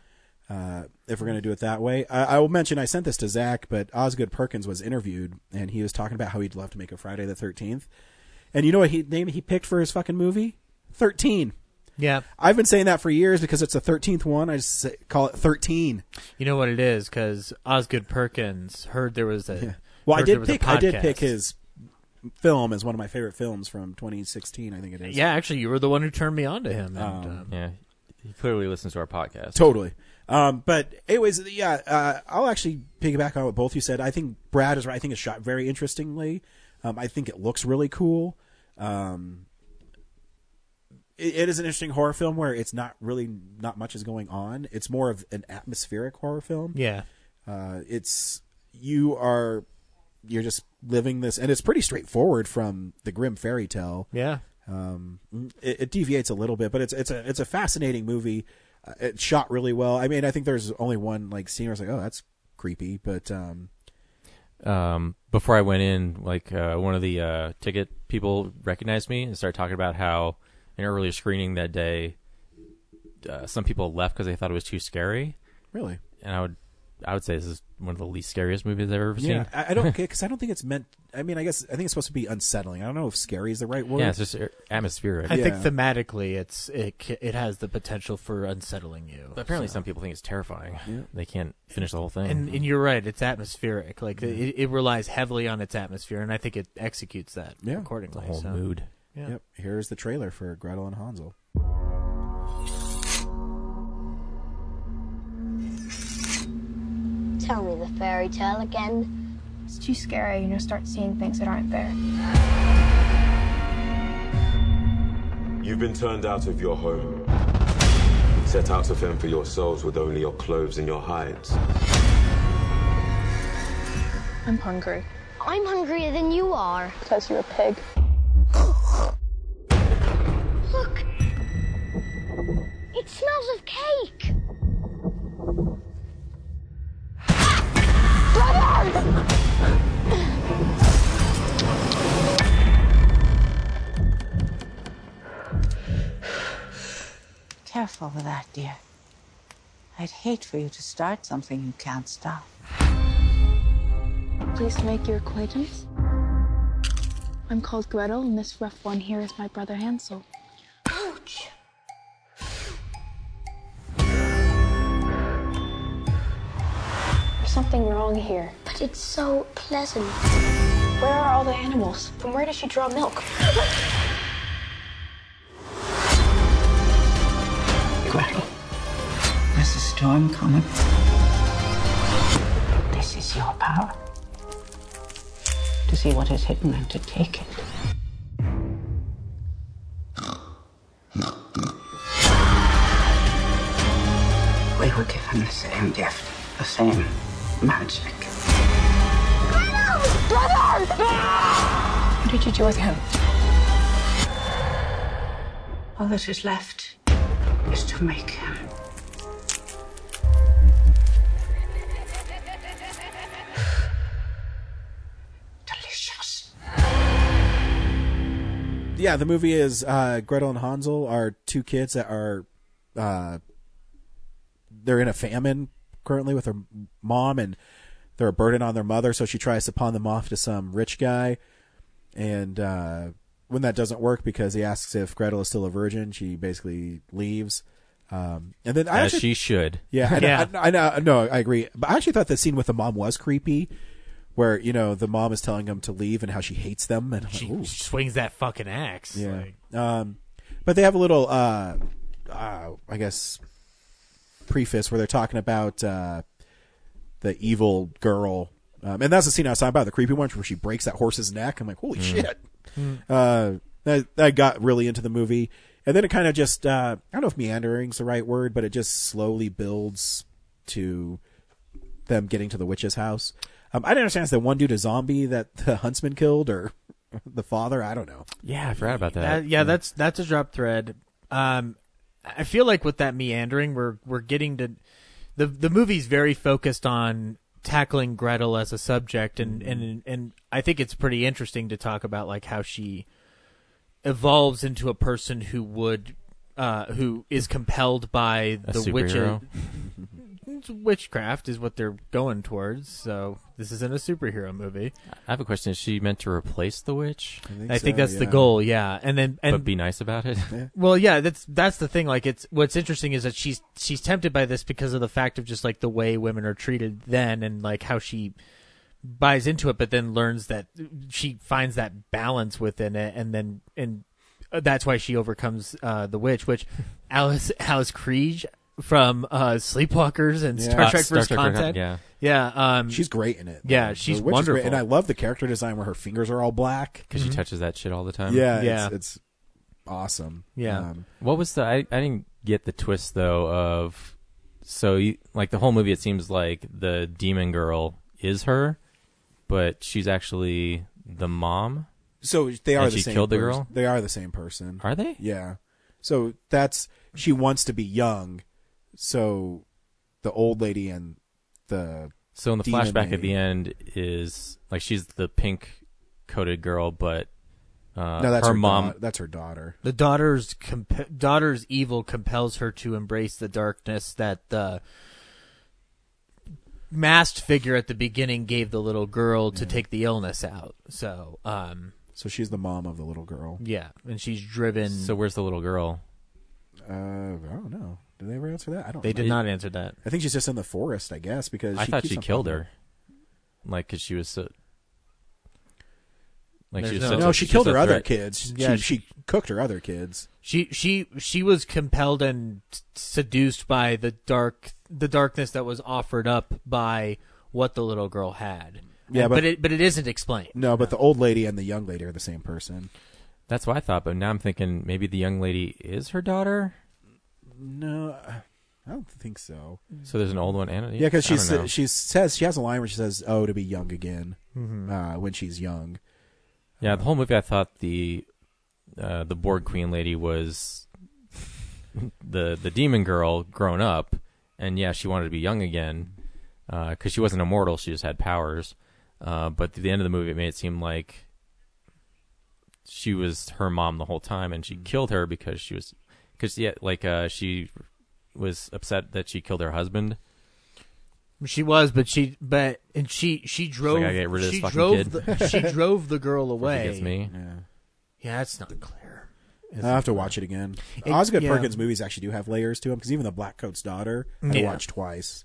Speaker 5: Uh, if we're going to do it that way, I, I will mention I sent this to Zach, but Osgood Perkins was interviewed and he was talking about how he'd love to make a Friday the Thirteenth. And you know what he name he picked for his fucking movie? Thirteen.
Speaker 6: Yeah.
Speaker 5: I've been saying that for years because it's the thirteenth one. I just say- call it thirteen.
Speaker 6: You know what it is because Osgood Perkins heard there was a
Speaker 5: Well, I
Speaker 6: heard there
Speaker 5: did
Speaker 6: was a
Speaker 5: pick. I did
Speaker 6: podcast.
Speaker 5: pick his film as one of my favorite films from 2016. I think it is.
Speaker 6: Yeah, actually, you were the one who turned me on to him. And, um,
Speaker 9: yeah, he clearly listens to our podcast.
Speaker 5: totally. Um, but anyways, yeah, uh, I'll actually piggyback on what both you said. I think Brad is right. I think it's shot very interestingly. Um, I think it looks really cool. Um, it, it is an interesting horror film where it's not really not much is going on. It's more of an atmospheric horror film.
Speaker 6: Yeah.
Speaker 5: uh, it's you are you're just living this, and it's pretty straightforward from the grim fairy tale.
Speaker 6: Yeah.
Speaker 5: um, it, it deviates a little bit, but it's it's a it's a fascinating movie. Uh, it's shot really well. I mean, I think there's only one like scene where it's like, oh, that's creepy, but um,
Speaker 9: um, before I went in, like uh, one of the uh, ticket people recognized me and started talking about how in an earlier screening that day, uh, some people left because they thought it was too scary.
Speaker 5: Really?
Speaker 9: And I would, I would say this is one of the least scariest movies I've ever
Speaker 5: yeah,
Speaker 9: seen.
Speaker 5: I, I don't because I don't think it's meant. I mean, I guess I think it's supposed to be unsettling. I don't know if scary is the right word.
Speaker 9: yeah, it's just uh, atmospheric.
Speaker 6: I think thematically, it's it c- it has the potential for unsettling you.
Speaker 9: But apparently,
Speaker 6: so.
Speaker 9: some people think it's terrifying. They can't finish the whole thing.
Speaker 6: And, and you're right, it's atmospheric. Like it, it relies heavily on its atmosphere, and I think it executes that
Speaker 5: Yeah.
Speaker 6: accordingly.
Speaker 9: The whole
Speaker 6: so.
Speaker 9: mood.
Speaker 6: Yeah.
Speaker 5: Yep. Here's the trailer for Gretel and Hansel.
Speaker 11: Tell me the fairy tale again.
Speaker 12: It's too scary, and you'll start seeing things that aren't there.
Speaker 13: You've been turned out of your home, set out to fend for yourselves with only your clothes and your hides.
Speaker 11: I'm hungry. I'm hungrier than you are. Because you're a pig. Look! It smells of cake!
Speaker 14: Careful with that, dear. I'd hate for you to start something you can't stop.
Speaker 12: Please make your acquaintance. I'm called Gretel, and this rough one here is my brother Hansel. Ouch! There's something wrong here.
Speaker 11: But it's so pleasant.
Speaker 12: Where are all the animals? From where does she draw milk?
Speaker 14: Gretel. There's a storm coming. This is your power. To see what is hidden and to take it. We were given the same gift, the same magic.
Speaker 11: Ah!
Speaker 12: What did you do with him?
Speaker 14: All that is left is to make him. Delicious.
Speaker 5: Yeah, the movie is uh, Gretel and Hansel are two kids that are uh, they're in a famine currently with their mom, and they're a burden on their mother. So she tries to pawn them off to some rich guy, and uh, when that doesn't work because he asks if Gretel is still a virgin, she basically leaves. Um, and then I
Speaker 9: As
Speaker 5: actually-
Speaker 9: she should.
Speaker 5: Yeah, I know, I,
Speaker 9: Yeah.
Speaker 5: know, I know. No, I agree. But I actually thought the scene with the mom was creepy. Where you know the mom is telling him to leave and how she hates them and I'm like,
Speaker 6: She
Speaker 5: "Ooh."
Speaker 6: swings that fucking axe.
Speaker 5: Yeah.
Speaker 6: like-
Speaker 5: Um, but they have a little, uh, uh, I guess, preface where they're talking about uh, the evil girl. Um, and that's the scene I was talking about, the creepy one where she breaks that horse's neck. I'm like, holy shit.
Speaker 7: Mm.
Speaker 5: Uh, that, that got really into the movie. And then it kind of just, uh, I don't know if meandering's the right word, but it just slowly builds to them getting to the witch's house. Um, I didn't understand is that one dude a zombie that the huntsman killed or the father. I don't know.
Speaker 9: Yeah, I forgot about
Speaker 6: That- yeah, that's that's a drop thread. Um, I feel like with that meandering, we're we're getting to the the movie's very focused on tackling Gretel as a subject, and
Speaker 9: Mm-hmm.
Speaker 6: and and I think it's pretty interesting to talk about like how she evolves into a person who would uh, who is compelled by
Speaker 9: Mm. A
Speaker 6: the witches.
Speaker 9: superhero.
Speaker 6: Witchcraft is what they're going towards, so this isn't a superhero movie.
Speaker 9: I have a question. Is she meant to replace the witch? I
Speaker 6: think I think so, that's the yeah. goal, yeah. And then- and-
Speaker 9: but be nice about it.
Speaker 6: Well, yeah, that's that's the thing. Like, it's what's interesting is that she's she's tempted by this because of the fact of just like the way women are treated then, and like how she buys into it, but then learns that she finds that balance within it, and then and uh, that's why she overcomes uh, the witch. Which Alice Alice Krieg from uh, Sleepwalkers and
Speaker 5: Yeah.
Speaker 6: Star
Speaker 5: Uh,
Speaker 6: Trek
Speaker 5: Star
Speaker 6: First
Speaker 5: Trek,
Speaker 6: Contact.
Speaker 5: yeah.
Speaker 6: yeah. Um,
Speaker 5: she's great in it.
Speaker 6: Yeah,
Speaker 5: The
Speaker 6: she's
Speaker 5: witch is great.
Speaker 6: wonderful.
Speaker 5: and I love the character design where her fingers are all black.
Speaker 9: because she touches that shit all the time.
Speaker 5: Yeah, yeah. It's, it's awesome. Um,
Speaker 9: what was the? I, I didn't get the twist though of so you, like the whole movie. It seems like the demon girl is her, but she's actually the mom.
Speaker 5: so they are
Speaker 9: And
Speaker 5: the
Speaker 9: she
Speaker 5: same.
Speaker 9: killed the
Speaker 5: pers-
Speaker 9: girl.
Speaker 5: They are the same person.
Speaker 9: Are they?
Speaker 5: Yeah. So that's she wants to be young. So the old lady and the
Speaker 9: So in the
Speaker 5: demon
Speaker 9: flashback at
Speaker 5: lady-
Speaker 9: the end is like she's the pink coated girl, but uh,
Speaker 5: no, that's
Speaker 9: her,
Speaker 5: her,
Speaker 9: mom.
Speaker 5: daugh- that's her daughter.
Speaker 6: The daughter's comp- daughter's evil compels her to embrace the darkness that the masked figure at the beginning gave the little girl to take the illness out. So, um,
Speaker 5: So she's the mom of the little girl.
Speaker 6: yeah, and she's driven.
Speaker 9: So where's the little girl?
Speaker 5: Uh, I don't know. Did they ever answer that? I don't.
Speaker 6: They did
Speaker 5: know.
Speaker 6: not answer that.
Speaker 5: I think she's just in the forest. I guess because
Speaker 9: I
Speaker 5: she
Speaker 9: thought
Speaker 5: keeps
Speaker 9: she
Speaker 5: on
Speaker 9: killed
Speaker 5: popping
Speaker 9: her, like because she was so. Like
Speaker 6: There's
Speaker 9: she was
Speaker 6: no-
Speaker 9: such
Speaker 5: No,
Speaker 9: a-
Speaker 5: she
Speaker 9: was
Speaker 5: killed
Speaker 9: a
Speaker 5: her other
Speaker 9: threat.
Speaker 5: kids.
Speaker 6: Yeah,
Speaker 5: she, she cooked her other kids.
Speaker 6: She she she was compelled and seduced by the dark the darkness that was offered up by what the little girl had.
Speaker 5: Yeah, but-
Speaker 6: And- but it but it isn't explained.
Speaker 5: No, but the old lady and the young lady are the same person.
Speaker 9: That's what I thought, but now I'm thinking maybe the young lady is her daughter.
Speaker 5: No, I don't think so.
Speaker 9: So there's an old one and a,
Speaker 5: Yeah, because
Speaker 9: I
Speaker 5: she
Speaker 9: don't know.
Speaker 5: sa- she says she has a line where she says, "Oh, to be young again,"
Speaker 9: Mhm.
Speaker 5: uh, when she's young.
Speaker 9: yeah the whole movie I thought the uh, the Borg Queen lady was the the demon girl grown up, and yeah, she wanted to be young again because she wasn't immortal; she just had powers. Uh, but at the end of the movie, it made it seem like she was her mom the whole time, and
Speaker 5: Mm-hmm.
Speaker 9: she killed her because she was because yeah, like uh, she was upset that she killed her husband.
Speaker 6: She was, but she, but and she, she drove.
Speaker 9: "I gotta get rid of this
Speaker 6: she
Speaker 9: fucking
Speaker 6: drove
Speaker 9: kid."
Speaker 6: The, she drove the girl away.
Speaker 9: Forgives me.
Speaker 5: Yeah.
Speaker 6: Yeah, that's not clear.
Speaker 5: I have to watch it again.
Speaker 6: It-
Speaker 5: Osgood
Speaker 6: yeah.
Speaker 5: Perkins movies actually do have layers to them because even the Black Coat's daughter I
Speaker 6: Yeah.
Speaker 5: watched twice.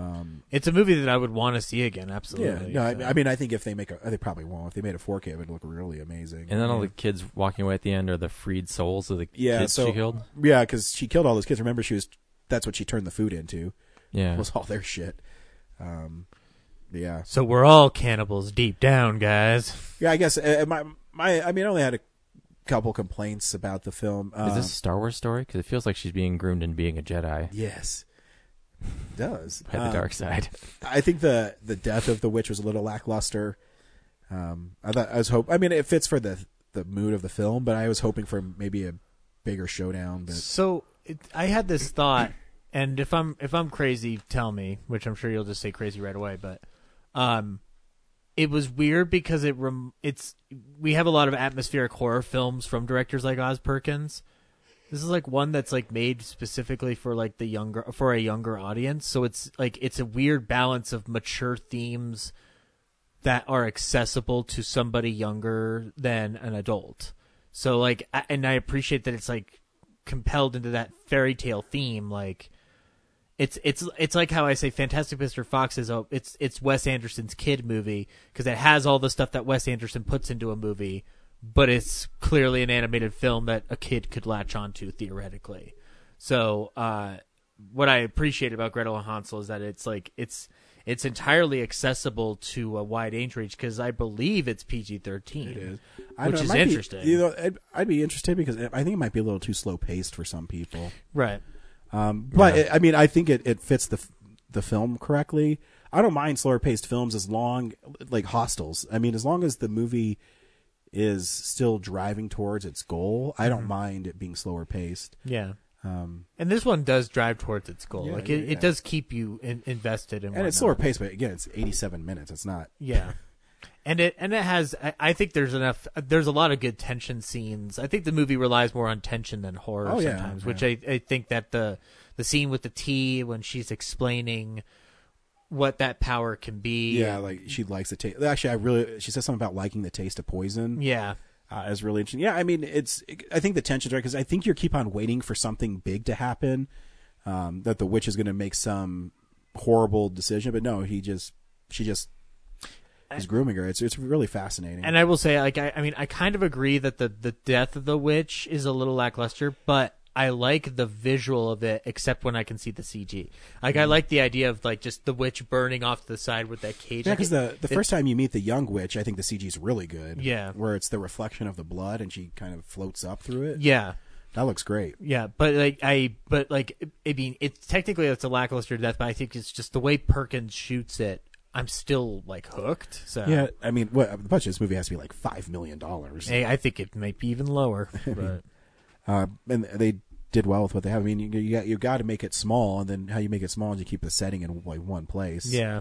Speaker 5: Um,
Speaker 6: It's a movie that I would want to see again.
Speaker 5: yeah,
Speaker 6: Absolutely.
Speaker 5: no,
Speaker 6: so.
Speaker 5: I, I mean, I think if they make a, they probably won't. If they made a 4K, it would look really amazing.
Speaker 9: And then all
Speaker 5: Yeah.
Speaker 9: the kids walking away at the end are the freed souls of the
Speaker 5: yeah,
Speaker 9: kids
Speaker 5: so
Speaker 9: she killed.
Speaker 5: yeah, because she killed all those kids. Remember, she was that's what she turned the food into.
Speaker 9: Yeah.
Speaker 5: was all their shit. Um, yeah,
Speaker 6: So we're all cannibals deep down, guys.
Speaker 5: yeah. I guess uh, my my I mean, I only had a couple complaints about the film.
Speaker 9: Is this
Speaker 5: Um,
Speaker 9: a Star Wars story? Because it feels like she's being groomed and being a Jedi.
Speaker 5: Yes, it does
Speaker 9: By the
Speaker 5: Um,
Speaker 9: dark side.
Speaker 5: I think the the death of the witch was a little lackluster. Um, I thought I was hope. I mean, it fits for the the mood of the film, but I was hoping for maybe a bigger showdown. But
Speaker 6: So it, I had this thought, and if I'm if I'm crazy, tell me. Which I'm sure you'll just say crazy right away. But um, it was weird because it rem- it's we have a lot of atmospheric horror films from directors like Oz Perkins. This is like one that's like made specifically for like the younger for a younger audience. So it's like it's a weird balance of mature themes that are accessible to somebody younger than an adult. So like I- and I appreciate that it's like compelled into that fairy tale theme like it's it's it's like how I say Fantastic Mr. Fox is a it's it's Wes Anderson's kid movie because it has all the stuff that Wes Anderson puts into a movie, but it's clearly an animated film that a kid could latch onto theoretically. So uh, what I appreciate about Gretel and Hansel is that it's like it's it's entirely accessible to a wide age range because I believe it's PG thirteen,
Speaker 5: I don't know, it
Speaker 6: which is
Speaker 5: might be-
Speaker 6: interesting.
Speaker 5: you know, I'd, I'd be interested because I think it might be a little too slow paced for some people.
Speaker 6: Right.
Speaker 5: Um, but I mean, I think it, it fits the f- the film correctly. I don't mind slower paced films as long like Hostels. I mean, as long as the movie is still driving towards its goal, I don't mind it being slower paced.
Speaker 6: Yeah.
Speaker 5: Um,
Speaker 6: and this one does drive towards its goal.
Speaker 5: Yeah,
Speaker 6: like it,
Speaker 5: yeah, yeah.
Speaker 6: it does keep you in, invested in.
Speaker 5: and it's
Speaker 6: whatnot.
Speaker 5: slower paced, but again, it's 87 minutes. It's not.
Speaker 6: Yeah. And it and it has I, I think there's enough there's a lot of good tension scenes. I think the movie relies more on tension than horror
Speaker 5: Oh, yeah,
Speaker 6: sometimes, which I, I think that the the scene with the tea when she's explaining what that power can be.
Speaker 5: Yeah, like she likes the taste. Actually, I really she says something about liking the taste of poison.
Speaker 6: Yeah.
Speaker 5: uh, is really interesting. Yeah, I mean, it's I think the tension's right because I think you keep on waiting for something big to happen, um, that the witch is going to make some horrible decision, but no, he just she just is grooming her. It's it's really fascinating.
Speaker 6: And I will say, like, I, I mean, I kind of agree that the the death of the witch is a little lackluster, but I like the visual of it, except when I can see the CG. Like,
Speaker 5: Mm-hmm.
Speaker 6: I like the idea of like just the witch burning off to the side with that cage.
Speaker 5: yeah,
Speaker 6: Like,
Speaker 5: because the
Speaker 6: it-
Speaker 5: the
Speaker 6: it-
Speaker 5: first time you meet the young witch, I think the CG is really good.
Speaker 6: Yeah.
Speaker 5: where it's the reflection of the blood and she kind of floats up through it.
Speaker 6: Yeah.
Speaker 5: that looks great.
Speaker 6: Yeah, but like I, but like I mean, it's technically that's a lackluster death, but I think it's just the way Perkins shoots it. I'm still like hooked. So
Speaker 5: Yeah, I mean, what the budget of this movie has to be like five million dollars.
Speaker 6: Hey, I think it might be even lower. But
Speaker 5: uh, and they did well with what they have. I mean, you, you got you got to make it small, and then how you make it small is you keep the setting in like one place.
Speaker 6: Yeah.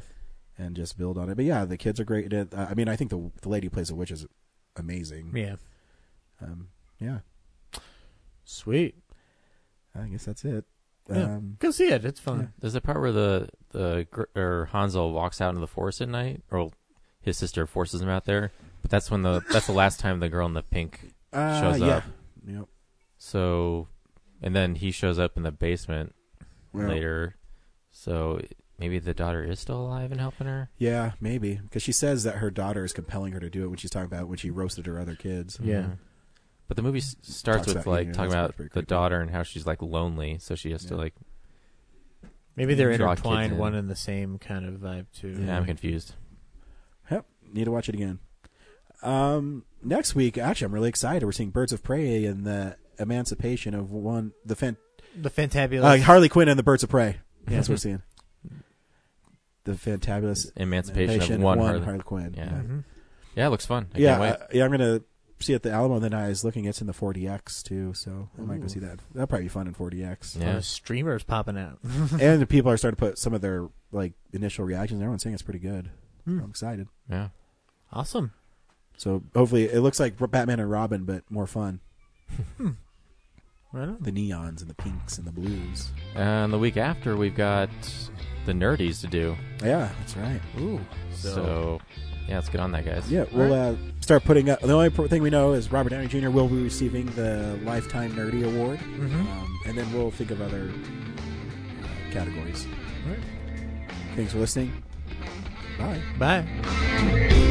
Speaker 5: and just build on it. But yeah, the kids are great. At it. Uh, I mean, I think the the lady who plays the witch is amazing.
Speaker 6: Yeah.
Speaker 5: um, yeah.
Speaker 6: Sweet.
Speaker 5: I guess that's it.
Speaker 6: Yeah.
Speaker 5: Um,
Speaker 6: go see it; it's fun.
Speaker 9: There's the part where the the gr- or Hansel walks out into the forest at night, or his sister forces him out there. But that's when the that's the last time the girl in the pink
Speaker 5: Uh,
Speaker 9: shows
Speaker 5: yeah.
Speaker 9: up.
Speaker 5: Yep.
Speaker 9: So, and then he shows up in the basement
Speaker 5: Yeah.
Speaker 9: later. So maybe the daughter is still alive and helping her.
Speaker 5: Yeah, maybe because she says that her daughter is compelling her to do it when she's talking about when she roasted her other kids.
Speaker 9: Mhm. But the movie s- starts
Speaker 5: Talks
Speaker 9: with
Speaker 5: about
Speaker 9: like
Speaker 5: eating it.
Speaker 9: talking
Speaker 5: That's
Speaker 9: about the
Speaker 5: pretty
Speaker 9: daughter and how she's like lonely, so she has to like.
Speaker 6: maybe they're
Speaker 9: draw kids
Speaker 6: intertwined,
Speaker 9: in.
Speaker 6: one and the same kind of vibe too.
Speaker 9: Yeah, I'm confused.
Speaker 5: Yep. Need to watch it again. Um, next week, actually, I'm really excited. We're seeing Birds of Prey and the Emancipation of one the fan,
Speaker 6: The Fantabulous.
Speaker 5: uh, Harley Quinn and the Birds of Prey.
Speaker 6: Yeah.
Speaker 5: That's what we're seeing. The Fantabulous
Speaker 9: Emancipation of one
Speaker 5: Harley,
Speaker 9: Harley-
Speaker 5: Quinn.
Speaker 9: Yeah.
Speaker 6: Mm-hmm.
Speaker 9: Mhm. Yeah, it looks fun. I
Speaker 5: yeah,
Speaker 9: can't wait.
Speaker 5: uh, yeah. I'm gonna see it at the Alamo. And then I was looking. It's in the 4DX too, so I might go
Speaker 6: Ooh.
Speaker 5: see that. That'll probably be fun in 4DX.
Speaker 6: A lot of Uh, streamers popping out.
Speaker 5: and the people are starting to put some of their like initial reactions. Everyone's saying it's pretty good.
Speaker 6: Hmm.
Speaker 5: I'm excited.
Speaker 9: Yeah.
Speaker 6: Awesome.
Speaker 5: So hopefully it looks like Batman and Robin, but more fun.
Speaker 6: Right on.
Speaker 5: The neons and the pinks and the blues.
Speaker 9: And the week after, we've got the nerdies to do.
Speaker 5: Yeah, that's right.
Speaker 6: Ooh.
Speaker 9: So, yeah, let's get on that, guys.
Speaker 5: Yeah, we'll uh, start putting up. The only pro- thing we know is Robert Downey Jr. will be receiving the Lifetime Nerdy Award,
Speaker 6: Mhm.
Speaker 5: um, and then we'll think of other uh, categories.
Speaker 6: All right.
Speaker 5: Thanks for listening. Bye.
Speaker 6: Bye.